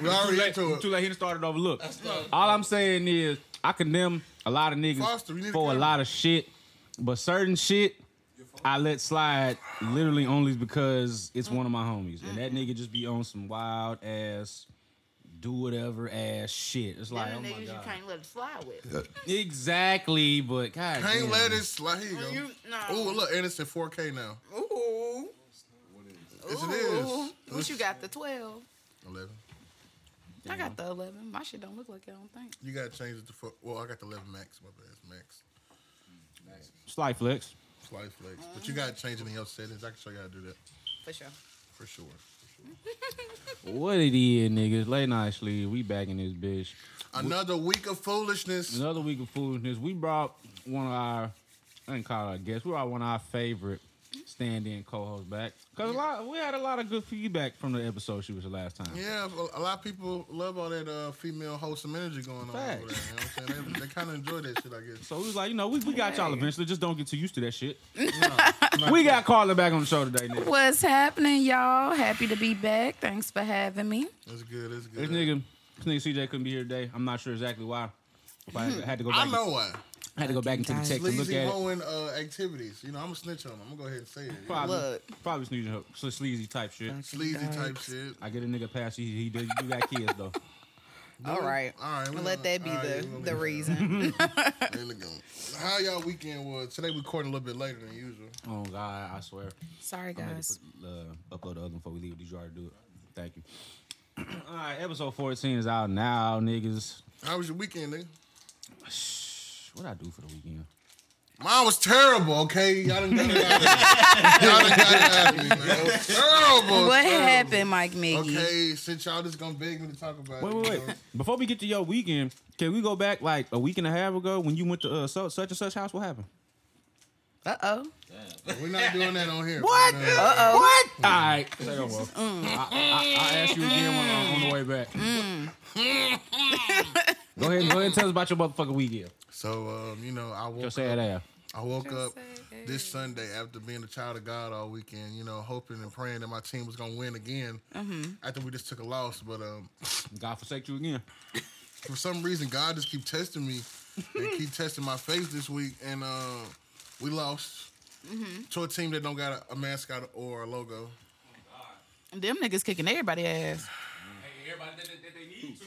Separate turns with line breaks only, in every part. We already
Too late-
into it.
Too late. He done started over. Look, all I'm saying is I condemn a lot of niggas
Foster, you need to
for a
come.
lot of shit, but certain shit I let slide literally only because it's one of my homies, and that nigga just be on some wild ass. Do whatever ass shit. It's like,
Them
oh
niggas
my
you
god.
can't let slide with.
Exactly, but god.
Can't
damn.
let it slide. Here you
You-
go.
no.
Oh, look, and it's in 4K now.
Ooh.
Yes, it
Ooh.
is.
What you got? The twelve.
11.
I got the eleven. My shit don't look like it. I don't think.
You gotta change it to four. Well, I got the 11 max. My bad, it's max.
Slight flex.
Slight flex. But you gotta change it in your settings. I can show you how to do that
For sure.
for sure.
What it is, niggas? Late night sleep. We back in this bitch.
Another week of foolishness.
Another week of foolishness. We brought one of our, I didn't call her a guest. We brought one of our favorite stand-in co-hosts back because a lot we had a lot of good feedback from the episode she was the last time.
Yeah, a- a lot of people love all that uh, female wholesome energy going on over there. You know
Facts.
what I'm saying? They, they kind of enjoy that shit, I guess.
So we was like, you know, we, we got y'all eventually. Just don't get too used to that shit. we got Carla back on the show today, nigga.
What's happening, y'all? Happy to be back. Thanks for having me.
It's good. It's
This
good.
nigga, this nigga CJ couldn't be here today. I'm not sure exactly why. If I had to go back,
I know why.
had to go back into the text and look
Sleazy
at it.
hoeing uh, activities. You know, I'm a snitch on them. I'm gonna go ahead and say it.
Probably,
Look.
probably sleazy, so sleazy type shit.
Sleazy type shit.
I get a nigga past you. He, he do, you got kids though.
All right.
All right, we gonna-
Let that be
all right,
the,
we gonna
the
leave it.
reason.
There we go. How y'all weekend was? Today we recording a little bit later than usual.
Oh God, I swear.
Sorry,
I'm ready
guys.
to put, uh, upload the other one before we leave. Did you already do it? Thank you. All right, episode 14 is out now, niggas.
How was your weekend, nigga?
What I do for the weekend?
Mine was terrible, okay? Y'all done got it out of me. Y'all done got it out of me, man. It was terrible.
What
terrible.
happened, Mike Miggy?
Okay, since y'all just gonna beg me to talk about it.
Wait, wait,
you
wait. Before we get to your weekend, can we go back like a week and a half ago when you went to uh, so, such and such house? What happened?
Uh oh.
know? We're not doing that on here.
What?
We're not-
Uh oh. What? All right. Say no more. I, I, I asked you again uh, on, on the way back. go ahead. Go ahead. and Tell us about your motherfucking weekend.
So, um, you know, I
Your
woke
sad
up.
ass.
I woke up
sad
this Sunday after being a child of God all weekend, you know, hoping and praying that my team was gonna win again
Mm-hmm.
after we just took a loss. But um,
God forsake you again.
for some reason, God just keep testing me and keep testing my faith this week, and uh, we lost
Mm-hmm.
to a team that don't got a, a mascot or a logo.
Them niggas kicking everybody ass.
Everybody that, that, that they need to.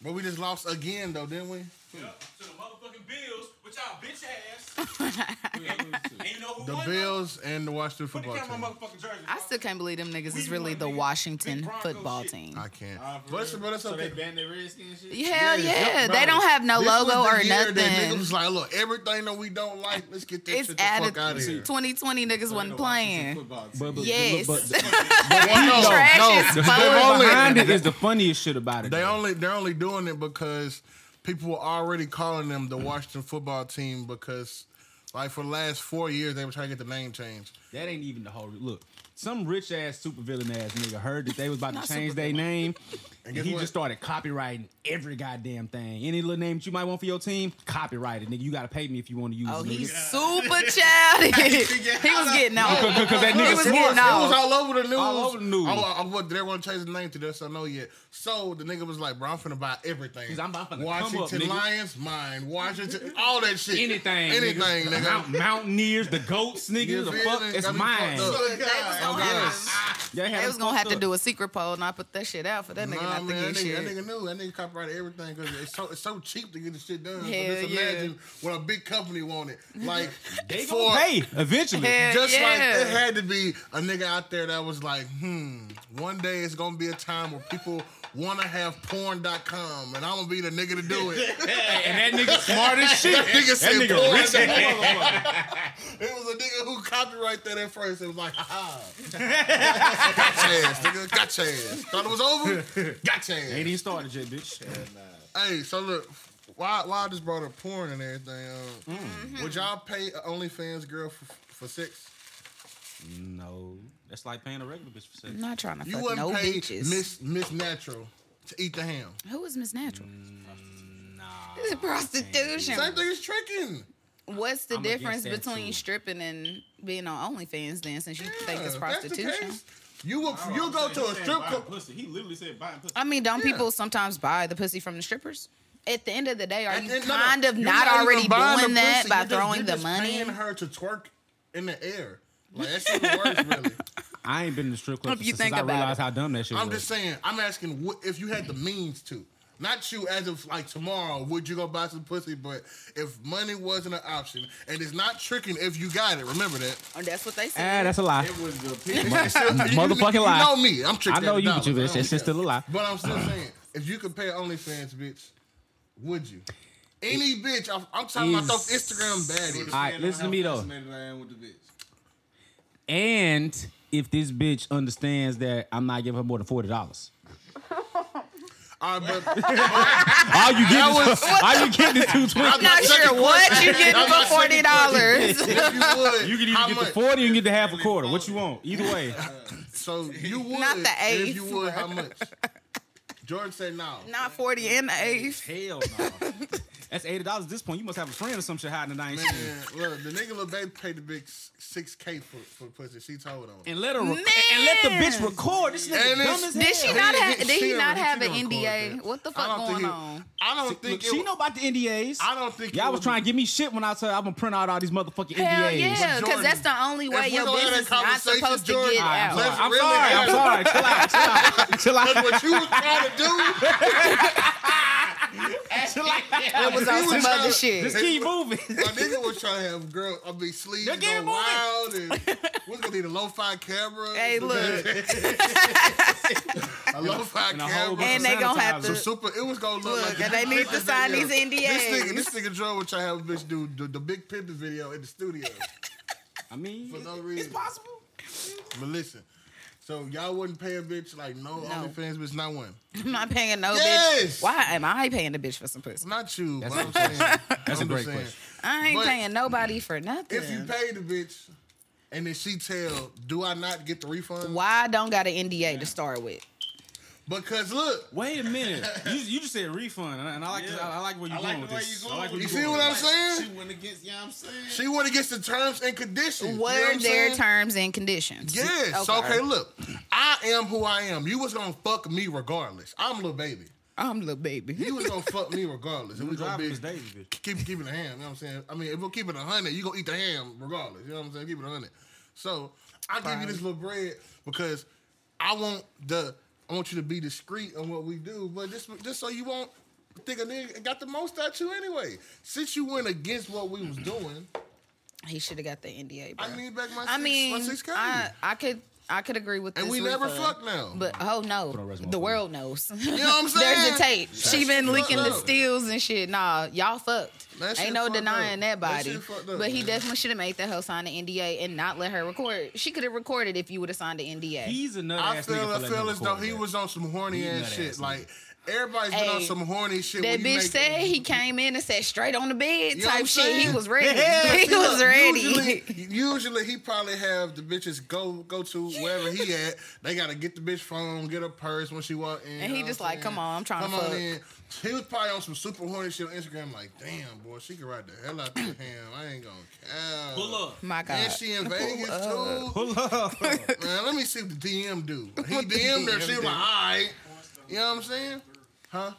But we just lost again, though, didn't we?
Yep. To the motherfucking Bills, with y'all bitch ass. and you know who
The
won?
Bills and the Washington
Put the
football
camera on
team.
motherfucking jersey.
I
dog.
still can't believe them niggas is
We
really
won,
the
nigga. Big
Washington
Bronco
football
shit.
team.
I can't.
for
But, it's-
real?
but it's okay.
banned their redskin shit?
Hell yeah.
Yep,
They
bro.
don't have no
This was
logo
the
or
year that
nothing.
Niggas was like, look, everything that we don't like, let's get that
It's
shit the fuck
added.
out of here.
2020 niggas wasn't playing.
But, but,
Yes.
But,
no,
Trash as
no,
fuck.
they've only-
behind it is the funniest shit about it.
They
though.
only they're only doing it because people were already calling them the Washington football team because like for the last four years they were trying to get the name changed.
that ain't even the whole look. Some rich ass supervillain ass nigga heard that they was about
Not
to change their name. And
guess
he
what?
just started copywriting every goddamn thing. Any little name that you might want for your team, copyright it, nigga. You gotta pay me if you want to use
Oh,
it.
he's super childish. he was getting on.
because that
He
nigga
was
it, was, it
getting
was
off.
all over the news. Oh,
All over the news.
I, I, I- they're going to change the name to this. I know yet. So the nigga was like, "Bro, I'm finna buy everything.
He's, I'm about to come up,
Washington
nigga.
Lions, mine. Washington, all that shit.
anything,
anything,
nigga.
nigga.
Mount- Mountaineers, the goats,
You
nigga. The
feel
fuck,
me?
it's
Got me
mine.
fucked up.
Look, they was gonna have,
They
they was gonna have to do a secret poll, and I put that shit out for that
Nah,
nigga not
man,
to
that
get
nigga,
shit.
that nigga knew. That nigga copyrighted everything because it's so it's so cheap to get the shit done.
Hell
so just
yeah.
imagine when a big company want it. Like
They
for
gonna pay eventually.
Hell
just like
yeah.
there had to be a nigga out there that was like, hmm, one day it's gonna be a time where people wanna have porn.com and I'm gonna be the nigga to do it.
And that nigga smart as shit.
That nigga
That
said
nigga
porn.
rich as motherfucker.
It was a nigga who copyrighted that at first. It was like, ha ha. got your ass, nigga. Got your ass. Thought it was over? Got your ass.
Ain't even started yet, bitch.
Hey, so look, why why I just brought up porn and everything? Um,
Mm.
Would y'all
Mm-hmm.
pay a OnlyFans girl for, for sex?
No, that's like paying a regular bitch for sex.
I'm not trying to
You
fuck
wouldn't
no
pay
bitches.
Miss Miss Natural to eat the ham.
Who is Miss Natural?
Mm,
Nah,
It's a prostitution.
Same thing as tricking.
What's the
I'm against
difference
that,
between
too.
stripping and being on OnlyFans then, since you
Yeah,
think it's
if that's the
prostitution?
case, You will you go to a strip club.
Pussy. He literally said buying pussy.
I mean, don't
Yeah.
people sometimes buy the pussy from the strippers? At the end of the day, are
and-
you
and no, no,
kind of
you're
not,
even
already
buying the
doing that
pussy,
by
you're just-
throwing
you're
the
just
money?
Paying her to twerk in the air. Like that shit works really.
I ain't been in the strip club
If
since
you think
I
about
realized
it.
how dumb that shit
I'm
was.
just saying. I'm asking what, if you had the means to. Not you as of like tomorrow, would you go buy some pussy? But if money wasn't an option, and it's not tricking if you got it, remember that.
Or that's what they
ah,
said.
that's a lie.
It was the picture.
It's still- you- you-
Motherfucking
you
lie.
know me. I'm
I
tricking.
know
at the dollar.
you, but you,
I
it's,
don't
it's
care.
still a lie.
But I'm still saying, if you could pay an OnlyFans bitch, would you? Any bitch, I'm, I'm talking about those
Is-
Instagram baddies.
I- Alright, listen to me, though.
Fascinated I am with the bitch.
And if this bitch understands that I'm not giving her more than forty dollars,
All right, but
all you get
That
is all you get is two
I'm
twenty.
Not sure what you getting
That's my
for forty dollars.
if you would,
You can
how
either get the
much?
forty or you can get the half a quarter. What you want? Either way,
So you would,
Not the
and If you
eighth,
would, how much? Jordan said no.
Not forty and the eighth.
hell no. That's eighty dollars at this point. You must have a friend or some shit hiding the nine.
Man, look, the nigga Lil Baby paid the big six k for for pussy. She told on. him.
And let her rec- and let the bitch record. This nigga
And
dumb
it's-
as hell.
Did she not
He-
have?
he-
Did
she
he
a-
not
she
have an
gonna call it
NDA?
that.
What the
I
fuck
don't think
going
he-
on?
I don't think
Look,
it
she
wa-
know about the NDAs.
I don't think
Y'all
it
was trying to give me shit when I said I'm gonna print out all these motherfucking
Hell
NDAs.
yeah, because that's the only way
if we
your
gonna have
business is
that
not
conversation,
supposed to
Jordan,
get
all right,
I'm
out.
sorry.
Let's
I'm
really
sorry. I'm
have-
sorry. Chill out. Chill out. Chill out.
That's what you was trying to do.
That was on
He
some
was
other
tryna-
Just
shit.
keep moving.
My nigga was trying to have girl, I mean, sleeves
They're
go
getting
wild, and we're gonna need a lo-fi camera.
Hey, look,
a lo-fi
And a
camera.
whole bunch
And
of
they gonna have
sanitizers.
to-
super. It was gonna look.
look,
like
they need to sign these
This nigga,
NDAs.
this nigga Joe would try to have a bitch do the, the big pimpin' video in the studio
I mean,
for no reason.
possible.
But listen, so y'all wouldn't pay a bitch like no, OnlyFans bitch, not one,
I'm not paying no
Yes!
bitch. Why am I paying the bitch for some pussy?
not you. That's
That's
but
a-
I'm saying,
That's a
I'm just
great
saying,
question.
I ain't
But-
paying nobody for nothing.
If you pay the bitch, and then she tell, do I not get the refund?
Why I don't got an NDA to start with?
Because look,
Wait a minute. You, you just said refund, and I- and I like this- I, I like where you
I
going
like the
with
way
this.
you
I like
going.
where
you
you
see
going
what
with
I'm
this.
saying?
She went against, you know what I'm saying?
She went against the terms and conditions.
What
you know
are
I'm
their
saying?
terms and conditions?
Yes. So, okay, look, I am who I am. You was gonna fuck me regardless. I'm little baby.
I'm little baby.
You was gonna fuck me regardless. And we gonna
Driving
be
Miss Davis, bitch.
keep keeping the ham. You know what I'm saying? I mean, if we keep it a hundred, you gonna eat the ham regardless. You know what I'm saying? Keep it a hundred. So I give you this little bread because I want the I want you to be discreet on what we do, but just just so you won't think a nigga got the most out you anyway. Since you went against what we was doing,
He should have got the NDA. Bro.
I need back my six,
I mean,
my six K.
I, I could I could agree with
and
this
we never
refund,
fuck now.
But oh
on
no,
resume
the
for me.
world knows.
you know what I'm saying?
There's the tape. She been
shit
leaking the
fucked up.
steals and shit. Nah, y'all fucked.
That shit
Ain't no
fucked
denying
up. That
that body.
shit fucked up,
but he
man.
definitely should have made that hoe sign the NDA and not let her record. She could have recorded if you would have signed the NDA.
He's another
I
ass
feel,
nigga
I
for letting
feel
her
as though
record
he
that.
was on some horny
He
ass
nut
shit.
ass nigga.
Like everybody's been on
Hey,
some horny shit.
That
when you
bitch
make-
said he came in and said straight on the bed
You know what I'm
type shit. He
saying?
was ready.
Yeah,
he
Look,
was ready.
Usually, usually he probably have the bitches go go to wherever he at. They gotta get the bitch phone, get her purse when she walk in.
And he
you know
just
what
like, come on, I'm trying to
Come on
fuck.
in. He was probably on some super horny shit on Instagram. Like, damn, boy, she can ride the hell out the ham. I ain't gonna care.
Pull up.
My God.
And she in Vegas too.
Pull up.
Man, let me see what the DM do. He DM'd her. She was like, all right. You know what I'm saying? Huh?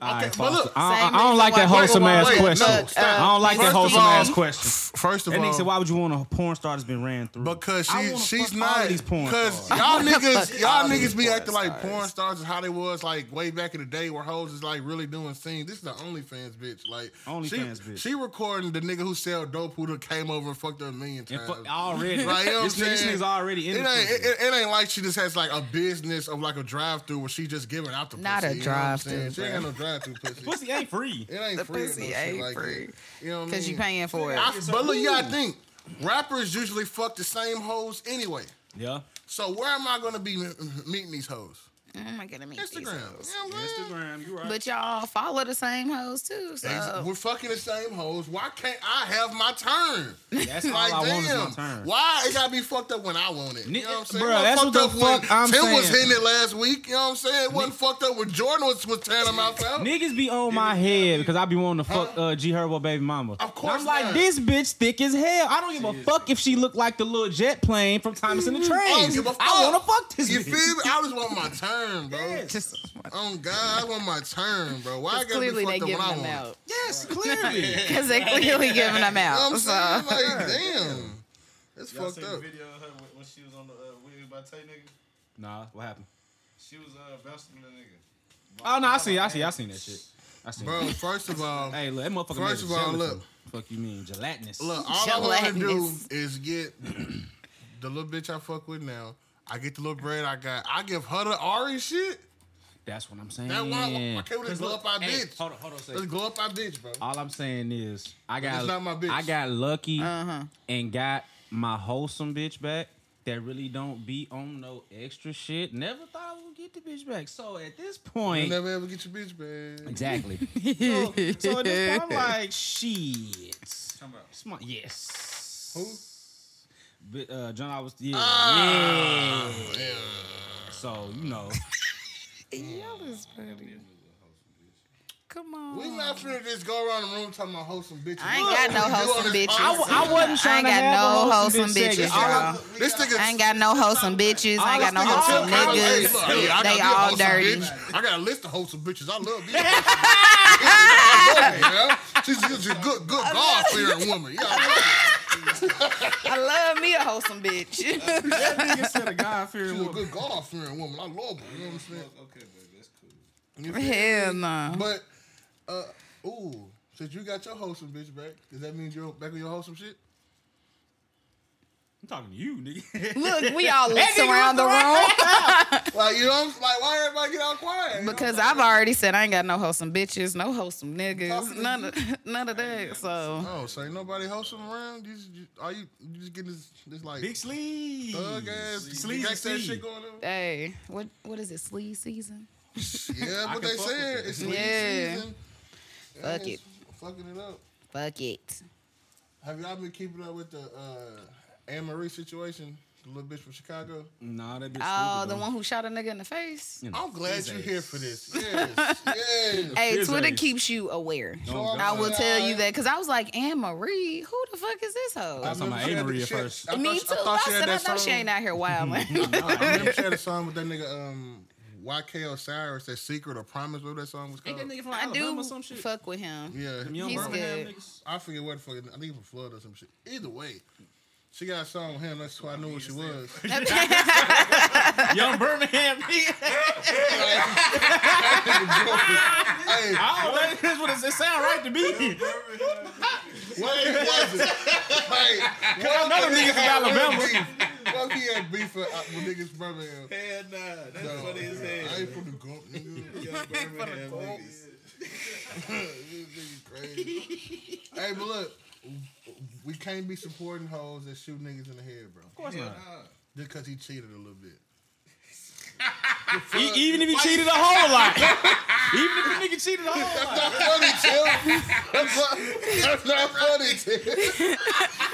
All right,
but
Foster.
look,
I,
same
I, I don't
reason
like
why-
that wholesome
Wait,
ass
wait, wait,
question.
no, stop.
I don't like that
First of
wholesome
all-
ass question.
First of
That
all,
nigga said, "Why would you want a porn star that's been ran through?"
Because
I
she
wanna
she's
fuck all
not
these porn
because
stars.
y'all niggas y'all
all these
niggas be
porn
acting like
stars.
porn stars is how they was like way back in the day where hoes is like really doing scenes. This is the OnlyFans bitch. Like she,
OnlyFans bitch.
She recording the nigga who sell dope who done came over and fucked her a million
And
times.
fu- already,
Like, you know what
this,
I'm
nigga- this
saying?
nigga's already
it
in. the
ain't
prison.
it, it- it ain't like she just has like a business of like a drive through where she just giving out the
Not
pussy,
a
you know what I'm
drive-thru,
saying? She ain't
bruh.
got no drive through pussy.
Pussy ain't free.
It ain't
The
free. or
pussy
no shit
ain't
like
free.
that. You know what I mean?
Because you paying for it.
I, but look, y'all think rappers usually fuck the same hoes anyway.
Yeah.
So where am I gonna be m- meeting these hoes?
Oh my god, I mean
Instagram. You know what I'm saying?
Instagram, you right.
But y'all follow the same hoes too. So
Uh,
Ex- We're fucking the same hoes. Why can't I have my turn?
That's all
Like,
I want is
damn.
my turn.
Why it gotta be fucked up when I want it? You know what I'm saying?
Bruh,
It wasn't
that's
fucked
what
up
the
when
fuck I'm
Tim was
saying.
hitting it last week. You know what I'm saying? It wasn't fucked up when Jordan was, was tearing him out.
Niggas be on my head because I be wanting to fuck uh, G Herbo baby mama.
Of course
And I'm
not.
like, this bitch thick as hell. I don't give a fuck if she look like the little jet plane from Thomas and the Train.
Mm-hmm. I don't give a fuck.
I want to fuck this
You
bitch.
feel me? I just want my turn, bro.
just
Oh God, I want my turn, bro. Why I gotta
clearly
be
they
fucked up
giving
when I
them
want? it?
out
Yes, clearly.
because they clearly giving them
You know
out.
what I'm
so
saying? Like, damn. It's
Y'all
fucked
seen the
up.
video of her when, when she was on the uh, Wiggins by Tay nigga?
nah, what happened?
She was uh, bouncing the nigga.
Oh no, I see, I see, I seen that shit. I seen.
Bro,
that.
first of all,
Hey, look, that motherfucker.
First of
made of
all,
gelatin.
look.
Fuck you mean gelatinous?
Look, all I want to do
Gelatinous.
is get the little bitch I fuck with now. I get the little bread I got. I give her the Ari shit.
that's what I'm saying.
That why I can't just
Look,
glow up our
hey,
bitch.
Hold on, hold on. a
Let's
second.
glow up our bitch, bro.
All I'm saying is, I
But
got,
it's not my bitch.
I got lucky
Uh-huh.
and got my wholesome bitch back. That really don't be on no extra shit. Never thought I would get the bitch back. So at this
You
point,
never ever get your bitch back.
exactly. so, so at this point, I'm like, shit.
Come out.
Smart. Yes.
Who?
But, uh, John, I was yeah,
Ah!
yeah. So you know,
y'all is funny. Come on.
We not finna just go around the room talking about wholesome bitches.
I ain't
Look,
got no
we do all
wholesome
this
bitches.
all
I,
the
wa- I
time.
wasn't
I
trying
ain't
to
got
have
no
a
wholesome bitches,
segment. All I-
y'all.
This nigga,
I ain't got no wholesome bitches. I ain't got no
All I
wholesome
see- all I-
Hey,
niggas.
look, hey, I
They
gotta be a
all
wholesome
dirty.
bitch. I got a list of wholesome bitches. I love these. I love it, yeah. She's, she's a good, good God fearing woman. Yeah, I love it.
I love me a wholesome bitch.
That nigga said a guy fearing
She's a good God fearing woman. I love her. You know what I'm saying?
Okay, baby, that's cool.
Hell no.
But uh ooh, since you got your wholesome bitch back, does that mean you're back with your wholesome shit?
I'm talking to you, nigga.
Look, we all looked around the room
Like you know, I'm like why everybody get all quiet? You know?
because I've already said I ain't got no wholesome bitches, no wholesome
Talking
niggas,
to
none of none of that. So
Oh, so ain't nobody wholesome around? You, just- you, are you, you just getting this, this like
Big sleeve.
thug ass,
Sleazy
gangsta
sleeve.
shit going on?
hey, what what is it? Sleeve season?
Yeah,
I
what they
can fuck with
said.
that.
It's sleazy
Yeah.
season.
Fuck
Yeah,
it.
it's Fucking it up.
Fuck it.
Have y'all been keeping up with the uh, Anne Marie situation? The little bitch from Chicago.
Nah, that bitch.
Oh,
stupid,
the
though.
one who shot a nigga in the face.
You know,
I'm glad
his
you're
ass.
here for this. Yes, yes.
Hey,
His
Twitter
ass.
keeps you aware.
Oh,
I
God.
will tell you that because I was like, Anne Marie, who the fuck is this hoe?
was talking about
She had
Anne Marie
the-
at
she had-
first.
I thought
Me
she-
too.
I
I,
thought she
said,
had
I know
that
she
song.
ain't out here wilding.
No, I remember she had a song with that nigga um, YK Osiris, that secret or promise, whatever that song was
Ain't
called.
that nigga from
I
Alabama
do
or some shit?
fuck with him.
yeah,
Them young
He's
Birmingham
good.
niggas?
I forget what the fuck. I think he from Florida or some shit. Either way, she got a song with him. That's who I knew who she was.
Young Birmingham niggas.
hey,
I don't think this what it- it sound right to me.
what it was it? Like,
I know them niggas from Alabama.
Fuck he had beef with, uh, with niggas from Birmingham.
Hell nah, that's
No,
funny as
I
hell.
ain't from the Gump, nigga.
Young Birmingham
Gulf.
niggas.
This nigga crazy. hey, but look, we can't be supporting hoes that shoot niggas in the head, bro.
Of course not.
Just because he cheated a little bit.
E- even if you cheated a whole lot. even if you nigga cheated a whole lot.
That's funny, Tim. That's not, that's not funny, Tim.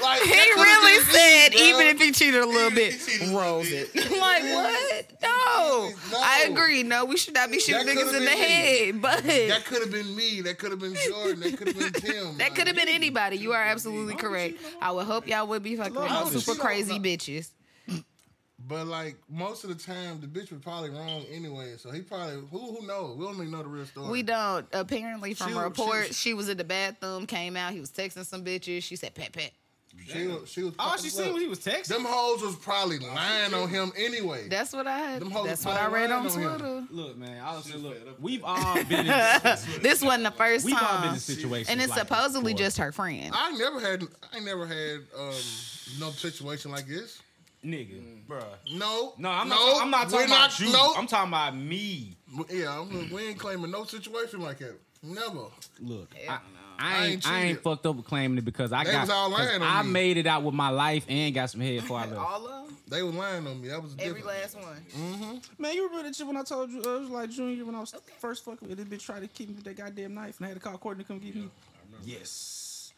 like,
He really said, even if he cheated a little bit, rolls it. like, what? No.
No.
I agree. No, we should not be shooting
That
niggas
could've
in the
been me.
head. But
That could have been me. That could have been Jordan. That could have been Tim.
that could have been anybody. You are absolutely correct. I would hope y'all would be fucking with no
Lord, she
super
don't
crazy
know.
bitches.
But like most of the time, the bitch was probably wrong anyway. So he probably who who knows? We don't even know the real story.
We don't. Apparently,
She
from
was- she
reports,
was-
she was in the bathroom, came out, he was texting some bitches. She said, pet, pet.
She was, she was.
All she seen was he was texting.
Them hoes was probably lying on him anyway.
That's what I
Them hoes
That's what I
probably
read on
lying on him.
Twitter.
Look, man, I was just look. We've all been in,
This wasn't the first
we've all been
time.
in situations,
And it's
like this
supposedly
before.
just her friend.
I never had I never had um no situation like this.
nigga, bruh.
No,
No, I'm
no,
not. I'm not
we're
talking about you.
No,
I'm talking about me.
yeah, I'm, we ain't claiming no situation like that. Never.
Look, I, I ain't, I ain't
cheated.
fucked up with claiming it because I
They
got
was all
'cause
lying on
I
you.
made it out with my life and got some head before I left.
All of them?
They was lying on me. That was
Every
different.
last one.
Man, you remember that shit when I told you uh, it was like junior when I was first fucking with it, bitch tried to keep me with that goddamn knife and I had to call Courtney to come get me. Yes.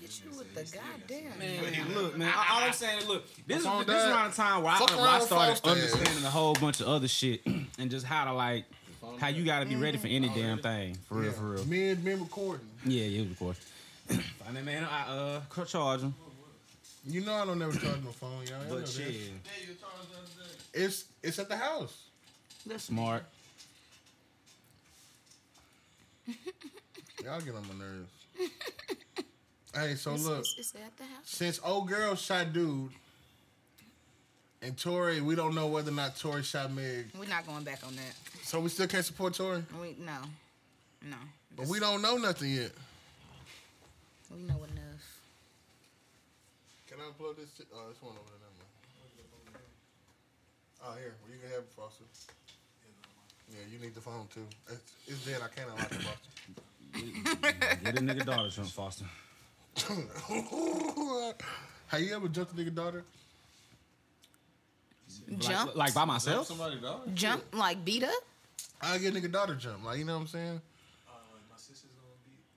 Hit you with the goddamn.
Man, look, man. I- All I'm saying, is, look, this is
Fuck
this
on that.
around the time where I,
Fuck
where
around
I
with
started
Falstad.
understanding a whole bunch of other shit and just how to like how you gotta be ready for any damn thing. For real, for real.
Me and me recording.
Yeah, yeah, of course. I mean, man, I uh, could charge him,
You know I don't never charge my phone, y'all. Y'all know
but
that.
shit,
It's it's at the house.
smart.
Y'all get on my nerves. hey, so
It's,
look,
it's, it's at the house.
since old girl shot dude, and Tori, we don't know whether or not Tori shot Meg,
We're not going back on that.
so we still can't support Tori.
We no, no.
But we don't know nothing yet.
We know enough.
Can I unplug this? Shit? Oh, this one over there. Never mind. Oh, here. Well, you can have it, Foster. Yeah, you need the phone too. It's, it's dead. I can't unlock it, Foster.
Get a nigga daughter, Trump Foster.
Have you ever jumped a nigga daughter?
Jump,
Like, like by myself.
Somebody dog.
jump, like beat up.
I get nigga daughter jump. Like you know what I'm saying?
My sister's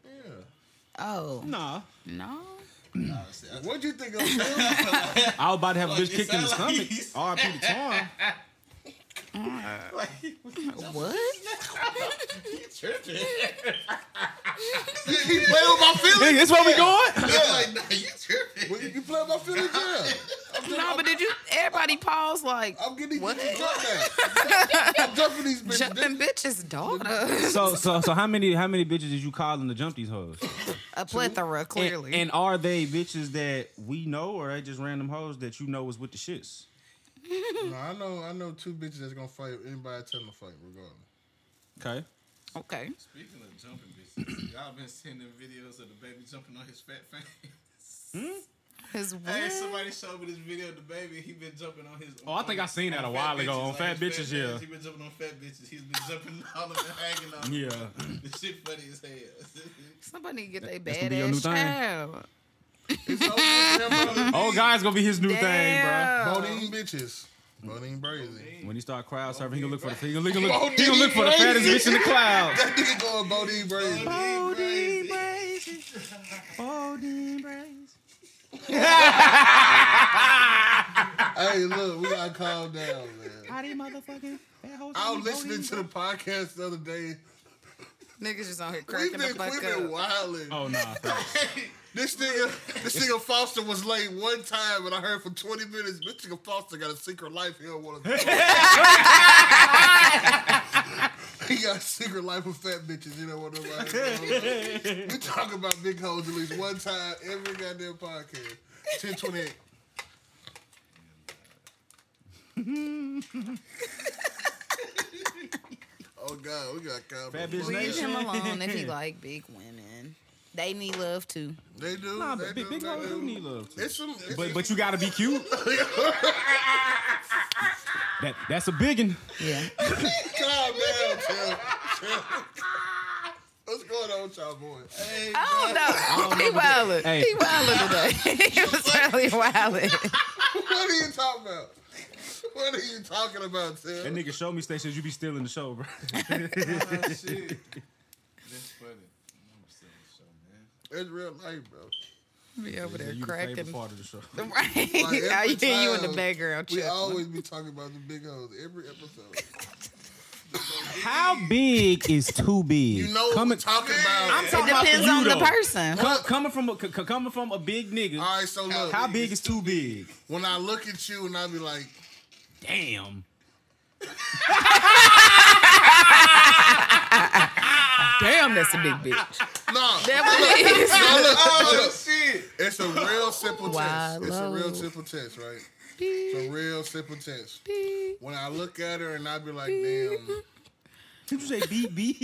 gonna be.
Yeah.
Oh
Nah,
no.
What'd you think of that?
I was about to have a bitch
it
kicked in the
sound like
stomach.
he's-
R.P. to Torn.
What?
Tripping.
he played with my feelings.
This where we going?
Yeah, like nah, you tripping.
Well, you played with my feelings, yeah.
No, but did you? Everybody pause like
I'm getting these bitches jumped at. I'm jumping these bitches.
jumping bitches' daughter.
So, so, so, how many, how many bitches did you call them to jump these hoes?
A plethora,
And,
clearly.
and are they bitches that we know, or are they just random hoes that you know was with the shits?
No, I know, I know two bitches that's gonna fight anybody tell them to fight, regardless.
Okay.
okay.
Speaking of jumping bitches, y'all been sending videos of the baby jumping on his fat face.
His
Hey,
what?
somebody showed me this video of the baby. He been jumping on his.
Oh, I think I seen that a while ago on fat
his
bitches, yeah.
He been jumping on fat bitches. He's been jumping all of them, hanging on.
Yeah.
the shit funny as hell.
Somebody get their
that's gonna be your new
badass
thing.
child.
It's over with them,
Oh, guys, gonna be his new thing, bro.
bro.
Damn.
Bodine bitches. Bodine Brazy.
When he start crowd surfing, he gonna look for the he gonna look, he gonna look, he gonna look for the
Bodie
fattest bitch in the cloud.
That nigga going Bodine Brazy.
Bodie Brazy. Bodie Brazy.
Hey, look, we gotta calm down, man.
Howdy motherfucking fat hoes.
I was listening to the podcast the other day.
Niggas just on here
We've
cracking the
been,
fuck
we've been
up.
wilding.
Oh nah. facts.
This nigga, this nigga Foster was late one time, and I heard for twenty minutes. This nigga Foster got a secret life. He don't want to. he got a secret life of fat bitches. You know what I'm We talk about big hoes at least one time every goddamn podcast. Ten twenty eight. oh God, we got
Fat
combos.
bitch
Leave
nation.
him alone if he like big women. They need love too.
They do.
Oh, Nah,
they
but big
do,
big
they
hoes
do.
do need love. Too.
It's some. It's
But but you gotta be cute. that that's a biggin.
Yeah.
Calm down, Tim. Tim. What's going on with y'all boys?
I don't know. He wildin'.
Hey.
He wildin' today. he was really wildin'.
What are you talking about? What are you talking about,
That
Tim? Ah,
nigga showed me stations you be stealing the show, bro.
Oh, shit. That's funny. I'm still in the show, man.
It's real life, bro.
Be over there
you the favorite
cracking.
part of the show.
Right.
Like,
I
every
hear you in the
time,
background.
We
chuckling.
always be talking about the big hoes every episode.
How big is too big?
You know what we're talking about.
I'm talking
it
about for
depends
you,
on the
though.
person.
Co- coming from a c- c- coming from a big nigga.
All right, so look.
How big is too big?
When I look at you and I be like,
Damn.
Damn, that's a big bitch.
nah,
That
nah, look,
Oh
look.
shit!
It's a real simple
Why,
test. It's a real
Lord.
simple test, right?
was
It's a real simple test. When I look at her and I be like, damn.
Did you say BB?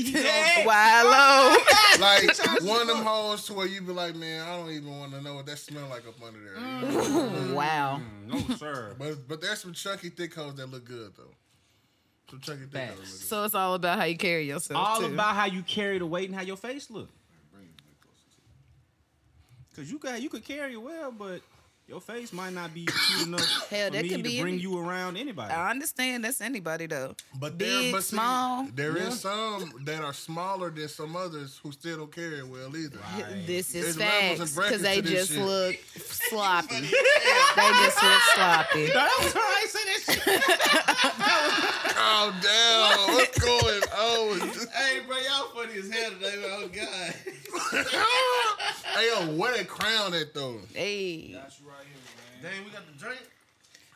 Wild
like one of them hoes to where you be like, man, I don't even want to know what that smell like up under there. you
Mm.
know?
low. Wow.
no, sir.
But but there's some chunky thick hoes that look good though. Some chunky thick hoes look
So it's all about how you carry yourself.
All
too.
about how you carry the weight and how your face look. Cause you got you could carry it well, but your face might not be cute enough
Hell,
for
that
me
could
to
be
bring
any-
you around anybody.
I understand that's anybody though.
But
big,
there, but see,
small.
there is
Yeah.
some that are smaller than some others who still don't carry it well either.
This
There's
is
levels
facts
and brackets
because they
to this
just
shit.
look sloppy. they just look sloppy.
that was her. I ain't say that shit.
Calm down. What's going on?
Hey, bro, y'all funny as hell today. man. Oh God.
hey, yo, where that crown at though?
Hey,
Dang, we got the drink.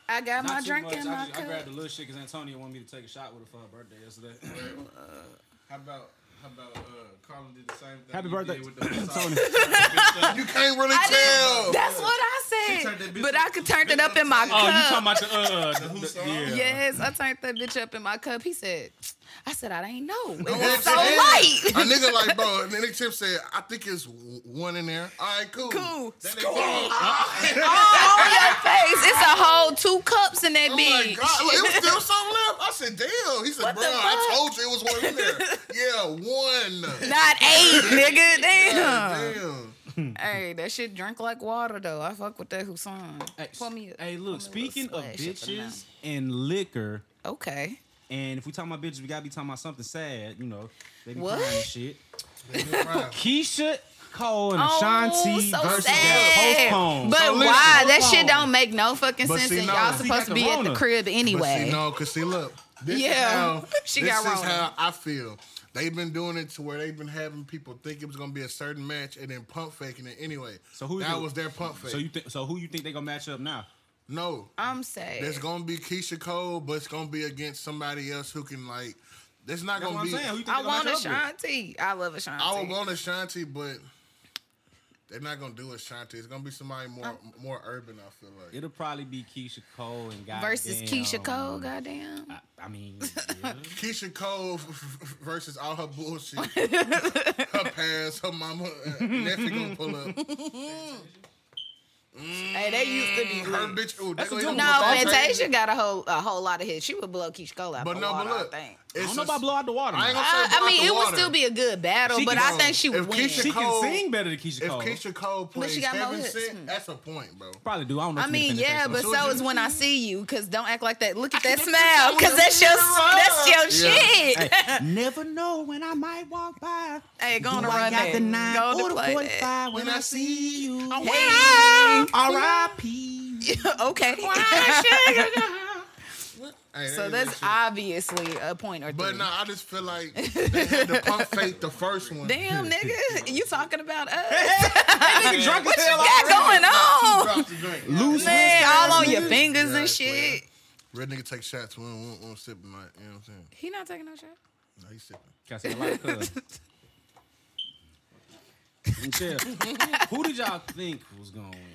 I got
Not
my
too
drink
much.
in
I,
my
just- I
cup.
grabbed a little shit because Antonio wanted me to take a shot with her for her birthday yesterday.
How about how about uh, Carlin did the same thing?
Happy
you
birthday,
did with the
Tony.
You can't really
I
tell.
didn't- that's what I
turned that
said,
bitch
but I could turn it up in my
Oh, you talking
cup.
about the uh, the,
who
the-
song?
yeah.
Yes, I turned that bitch up in my cup. He said, "I said I didn't know. It was
That's
so
it.
light."
A nigga like, bro, and then the tip said, I think it's w- one in there. All right, cool.
Cool.
Then they fuck.
all on your face. It's a whole two cups in that
I'm like,
bitch.
Oh God, look, it was still something left. I said, damn. He said,
What
bro,
the
I
fuck?
told you it was one in there. yeah, one.
Not eight, nigga. Damn.
Damn.
Hey, that shit drink like water though. I fuck with that Hussein.
Hey,
Pull me up.
Hey,
Pull me a
look. Speaking
little
of
splash up in the
bitches and liquor,
mouth. Okay.
and if we talking about bitches, we gotta be talking about something sad. You know, they be
What?
crying and shit.
Wow.
Keisha Cole and
Oh,
Ashanti
so
versus
sad.
the postpone.
But
So
why?
listen,
That shit
postpone.
don't make no fucking
But
sense.
see,
and
no.
y'all
She
supposed
got
to
the
be at the
Rona.
crib
But
anyway.
see, no, cause see, look, this
Yeah.
is how
She
this
got
is
Rona.
how I feel. They've been doing it to where they've been having people think it was gonna be a certain match and then pump faking it anyway.
So who
that
you-
was their pump fake?
So you think? So who you think they gonna match up now?
no,
I'm saying.
there's gonna be Keisha Cole, but it's gonna be against somebody else who can like. There's not
That's
gonna
what I'm
be.
saying. Who you think
I
they gonna
want
match up with?
Ashanti. I love Ashanti.
I would want Ashanti, but they're not gonna do Ashanti. It's gonna be somebody more more urban. I feel like.
It'll probably be Keisha Cole and God
Versus Keisha Cole, goddamn.
I, I mean, yeah.
Keisha Cole versus all her bullshit. her parents, her mama, uh, nephew gonna pull up.
Hey, they used to be
Her
lit.
bitch. Ooh,
That's
they gonna
a good
hit
No,
them with all types of-
Fantasia got a whole a whole lot of hits. She would blow Keisha Cole out.
But
the
no, but
water,
look,
I think.
I don't
it's
know about
just-
blow out the water.
I ain't
man.
gonna say blow
I, I
out
mean,
the
it would
water.
still be a good battle,
She
but
can-
I think she would
if
win.
Keisha
She
Cole-
can sing better than Keisha
If
Cole.
Keisha Cole
But
plays
she got more
heaven
hits.
sent,
Hmm.
that's a point, bro.
Probably do. I don't know. if
I
she
mean,
defended
yeah,
herself.
but
Should
so
you-
is when I see you, cause don't act like that. Look at that smile, cause that's your that's your shit. Hey,
Hey, never know when I might walk by.
go on
Do
to
I got
run that.
the nine
go
or
to
the
play that.
45 when I see you.
Hey.
R.I.P.
okay.
Hey, that
so
is
that's
that shit.
obviously a point or two.
But no, I just feel like they had to pump fake the first one.
Damn, nigga, you talking about us?
Drunk as hell.
Got going on,
Drop the drink.
Loose
man, all on your
nigga.
fingers
Yeah,
and
swear.
shit.
Red nigga take shots one, one, one sip, like, you know what I'm saying?
He not taking no shot.
No, he's sipping.
Got some light cuz. Yeah. Who did y'all think was going to win?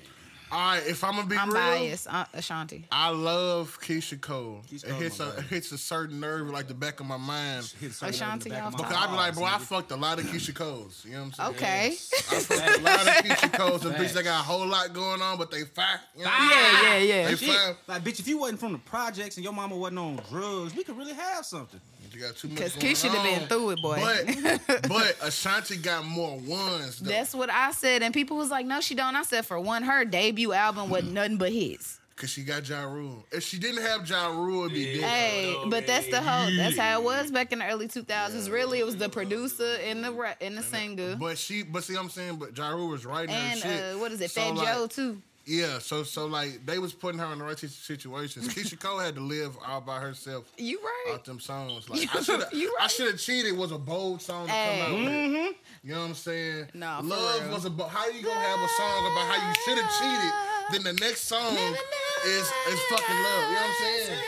All right, if I'm gonna be
I'm
real,
biased, uh, Ashanti.
I love Keisha Cole.
Keisha
it
Cole,
hits
my
a
baby.
it hits a certain nerve like the back of my mind.
Hit something in the
Ashanti,
back of
y'all
my
Cause I be like, bro, I
balls,
fucked a lot of Keisha Coles. You know what I'm saying?
Okay.
nigga.
A lot of Keisha Coles and bitches
Facts.
that got a whole lot going on, but they fire. You know what I'm saying?
Yeah, yeah, yeah.
They
Shit.
fire.
Like, bitch, if you wasn't from the projects and your mama wasn't on drugs, we could really have something.
You got too much.
Because
going
Keisha done been
on.
through it, boy.
But but Ashanti got more ones though.
That's what I said. And people was like, no, she don't. I said, for one, her debut album
Mm.
was nothing but hits.
Cause she got Ja Rule. If she didn't have Ja Rule, it'd be different.
Hey, but that's the whole, that's how it was back in the early 2000s. Really, it was the producer and the ra- and the singer.
But she, but see, what I'm saying, but Ja Rule was writing
And
her shit.
uh, what is it,
So,
Fat
like,
Joe, too.
Yeah, so so like they was putting her in the right situ- situations. Keisha Cole had to live all by herself
You right.
out them songs. Like I should have,
You right.
I should have cheated. Was a bold song to
Hey. Mm-hmm.
come out. With. You know what I'm saying?
Nah, for
love
real.
was a. bo- How you gonna have a song about how you should have cheated? Then the next song is is fucking love. You know what I'm saying?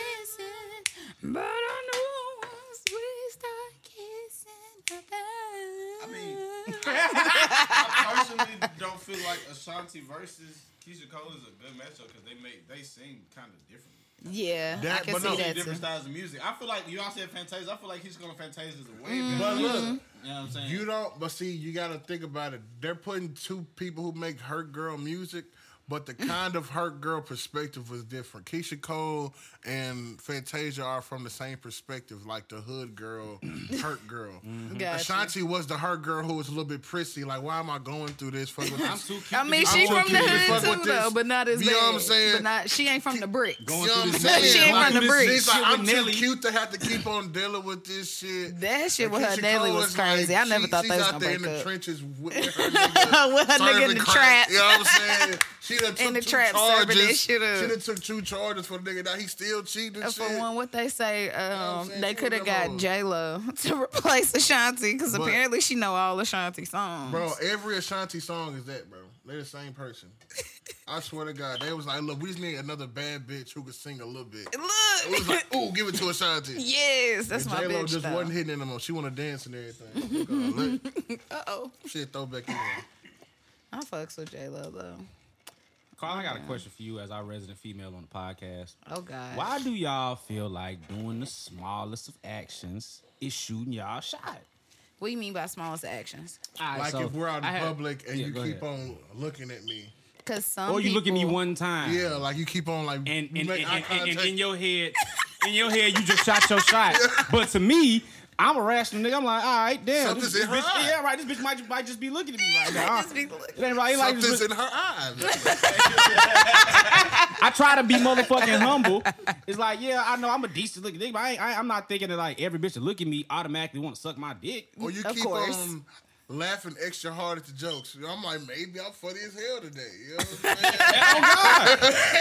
But I know once we start kissing
I
about
mean, I personally don't feel like Ashanti versus Keisha Cole is a good matchup because they make they sing kind of differently.
Yeah, I
That-
can
but
see
no,
that
different
too.
styles of music. I feel like you all said Fantasia. I feel like Keisha Cole and Fantasia is a way better.
Mm-hmm. But look,
you know what I'm saying?
you don't. But see, you gotta think about it. They're putting two people who make hurt girl music. but the
Mm.
kind of hurt girl perspective was different. Keisha Cole and Fantasia are from the same perspective, like the hood girl, hurt girl.
Mm.
Gotcha.
Ashanti was the hurt girl who was a little bit prissy. Like, why am I going through this? Fuck with- I'm too
I mean,
I
she
want
from
you
the
to fuck
hood
with
too,
this.
though, but not as
You know
bad.
what I'm saying?
But not, she ain't from the bricks.
Going
You know
through
what I'm
this
saying?
She ain't
Like,
from the
this-
bricks.
she's like,
Shit
I'm
with
too
Nelly.
cute to have to keep on dealing with this shit.
That shit with
And
her
Keisha
daily
Cole
was
is like,
crazy. I never
she-
thought they
she's
was
out
gonna
there in
break
the
up.
trenches with her nigga,
With her nigga in
serving
the
crack.
trap.
You know what I'm saying? She done took
In the
two
trap, serving that
charges.
shit up.
She done took two charges for the nigga. Now he still cheating. and
Uh, For
shit.
one, what they say,
I'm
um,
saying?
they
She
could have
with them
got
hoes.
J Lo to replace Ashanti because
But-
apparently she know all Ashanti songs.
Bro, every Ashanti song is that, bro. They're the same person. I swear to God, they was like, look, we just need another bad bitch who could sing a little bit. It was
Look,
like, ooh, give it to Ashanti.
yes, that's my
J Lo
bitch.
just
though.
wasn't hitting it no more. She want to dance and everything. Oh, God, look,
Uh oh,
shit, throw back in there.
I fucks with J Lo though.
Carl, I got a question for you as our resident female on the podcast.
Oh god,
Why do y'all feel like doing the smallest of actions is shooting y'all shot?
what do you mean by smallest actions?
Alright,
Like
so
if we're out in
I had-
public and
Yeah,
you
go
keep
ahead.
on looking at me.
Because some
or you look at me
people-
one time,
Yeah, like you keep on like
and
you
and,
make
and,
eye
and, and- and
contact.
in your head, in your head, you just shot your shot. But to me, I'm a rational nigga. I'm like, all right, damn,
Something's
this, this
in her
bitch,
eye.
yeah, right. This bitch might might just be looking at me right now.
Just be looking.
It ain't right. He like this
something's
bitch-
in her eyes.
I try to be motherfucking humble. It's like, yeah, I know I'm a decent looking nigga, but I ain't, I, I'm not thinking that like every bitch that look at me automatically want to suck my dick.
Or you
Of
keep
course.
on laughing extra hard at the jokes. You know, I'm like, maybe I'm funny as hell today. You know what I'm saying?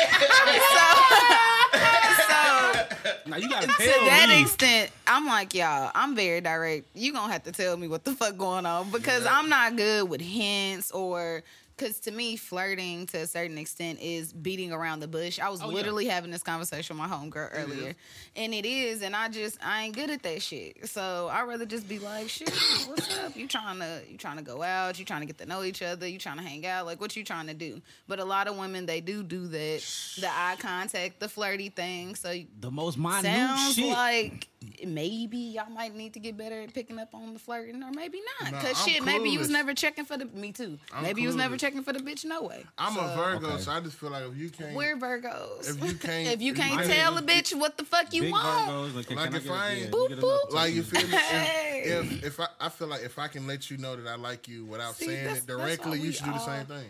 Now you gotta
to
tell
that
me.
extent, I'm like, y'all, I'm very direct. You gonna have to tell me what the fuck going on because I'm not good with hints or because to me, flirting to a certain extent is beating around the bush. I was
Oh, yeah.
literally having this conversation with my homegirl earlier, and it is, and I just I ain't good at that shit. So I rather just be like, shit, what's up? You trying to you trying to go out? You trying to get to know each other? You trying to hang out? Like, what you trying to do? But a lot of women they do do that, the eye contact, the flirty thing. So
the most minute
Sounds
shit.
like maybe y'all might need to get better at picking up on the flirting, or maybe not.
Nah,
Cause
I'm
shit, maybe you was
clueless.
never checking for the. Me too.
I'm
maybe you was never
clueless.
checking for the bitch. No way.
I'm a Virgo,
Okay.
so I just feel like if you can't,
We're Virgos.
If you can't-
if you
if you
can't
can't-
tell a bitch what the fuck you
Big
want,
Virgos, like, can
Like
I
if
get a-
I
yeah,
ain't-
you get a little
Boop, boop.
like you feel me?
Hey.
If, if, if I, I feel like if I can let you know that I like you without
See,
saying
that's-
it
that's why
directly,
we
you should do the
all-
same thing.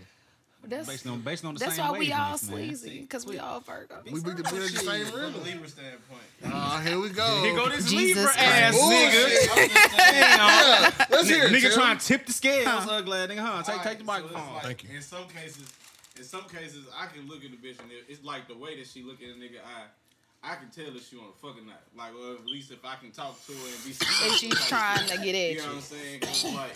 that's
Based on based on the
that's
same
why we all
wavelengths, man.
sleazy because we all Virgos.
We be the, we the same
From a
rhythm.
believer standpoint.
Ah, here we go.
Here go this
Jesus
Libra
Christ.
ass nigga.
Bullshit.
I'm just saying,
Damn.
Let's hear it.
Nigga
Tim.
trying to tip the scales, huh. glad nigga, huh? Take, take the
Alright, so it's
microphone.
like,
Thank you.
In some cases, in some cases, I can look at the bitch and it- it's like the way that she look at a nigga eye. I can tell if she on a fucking night. Like, or at least if I can talk to her and be.
If she's trying to get at
You know what
you.
I'm saying? 'Cause like,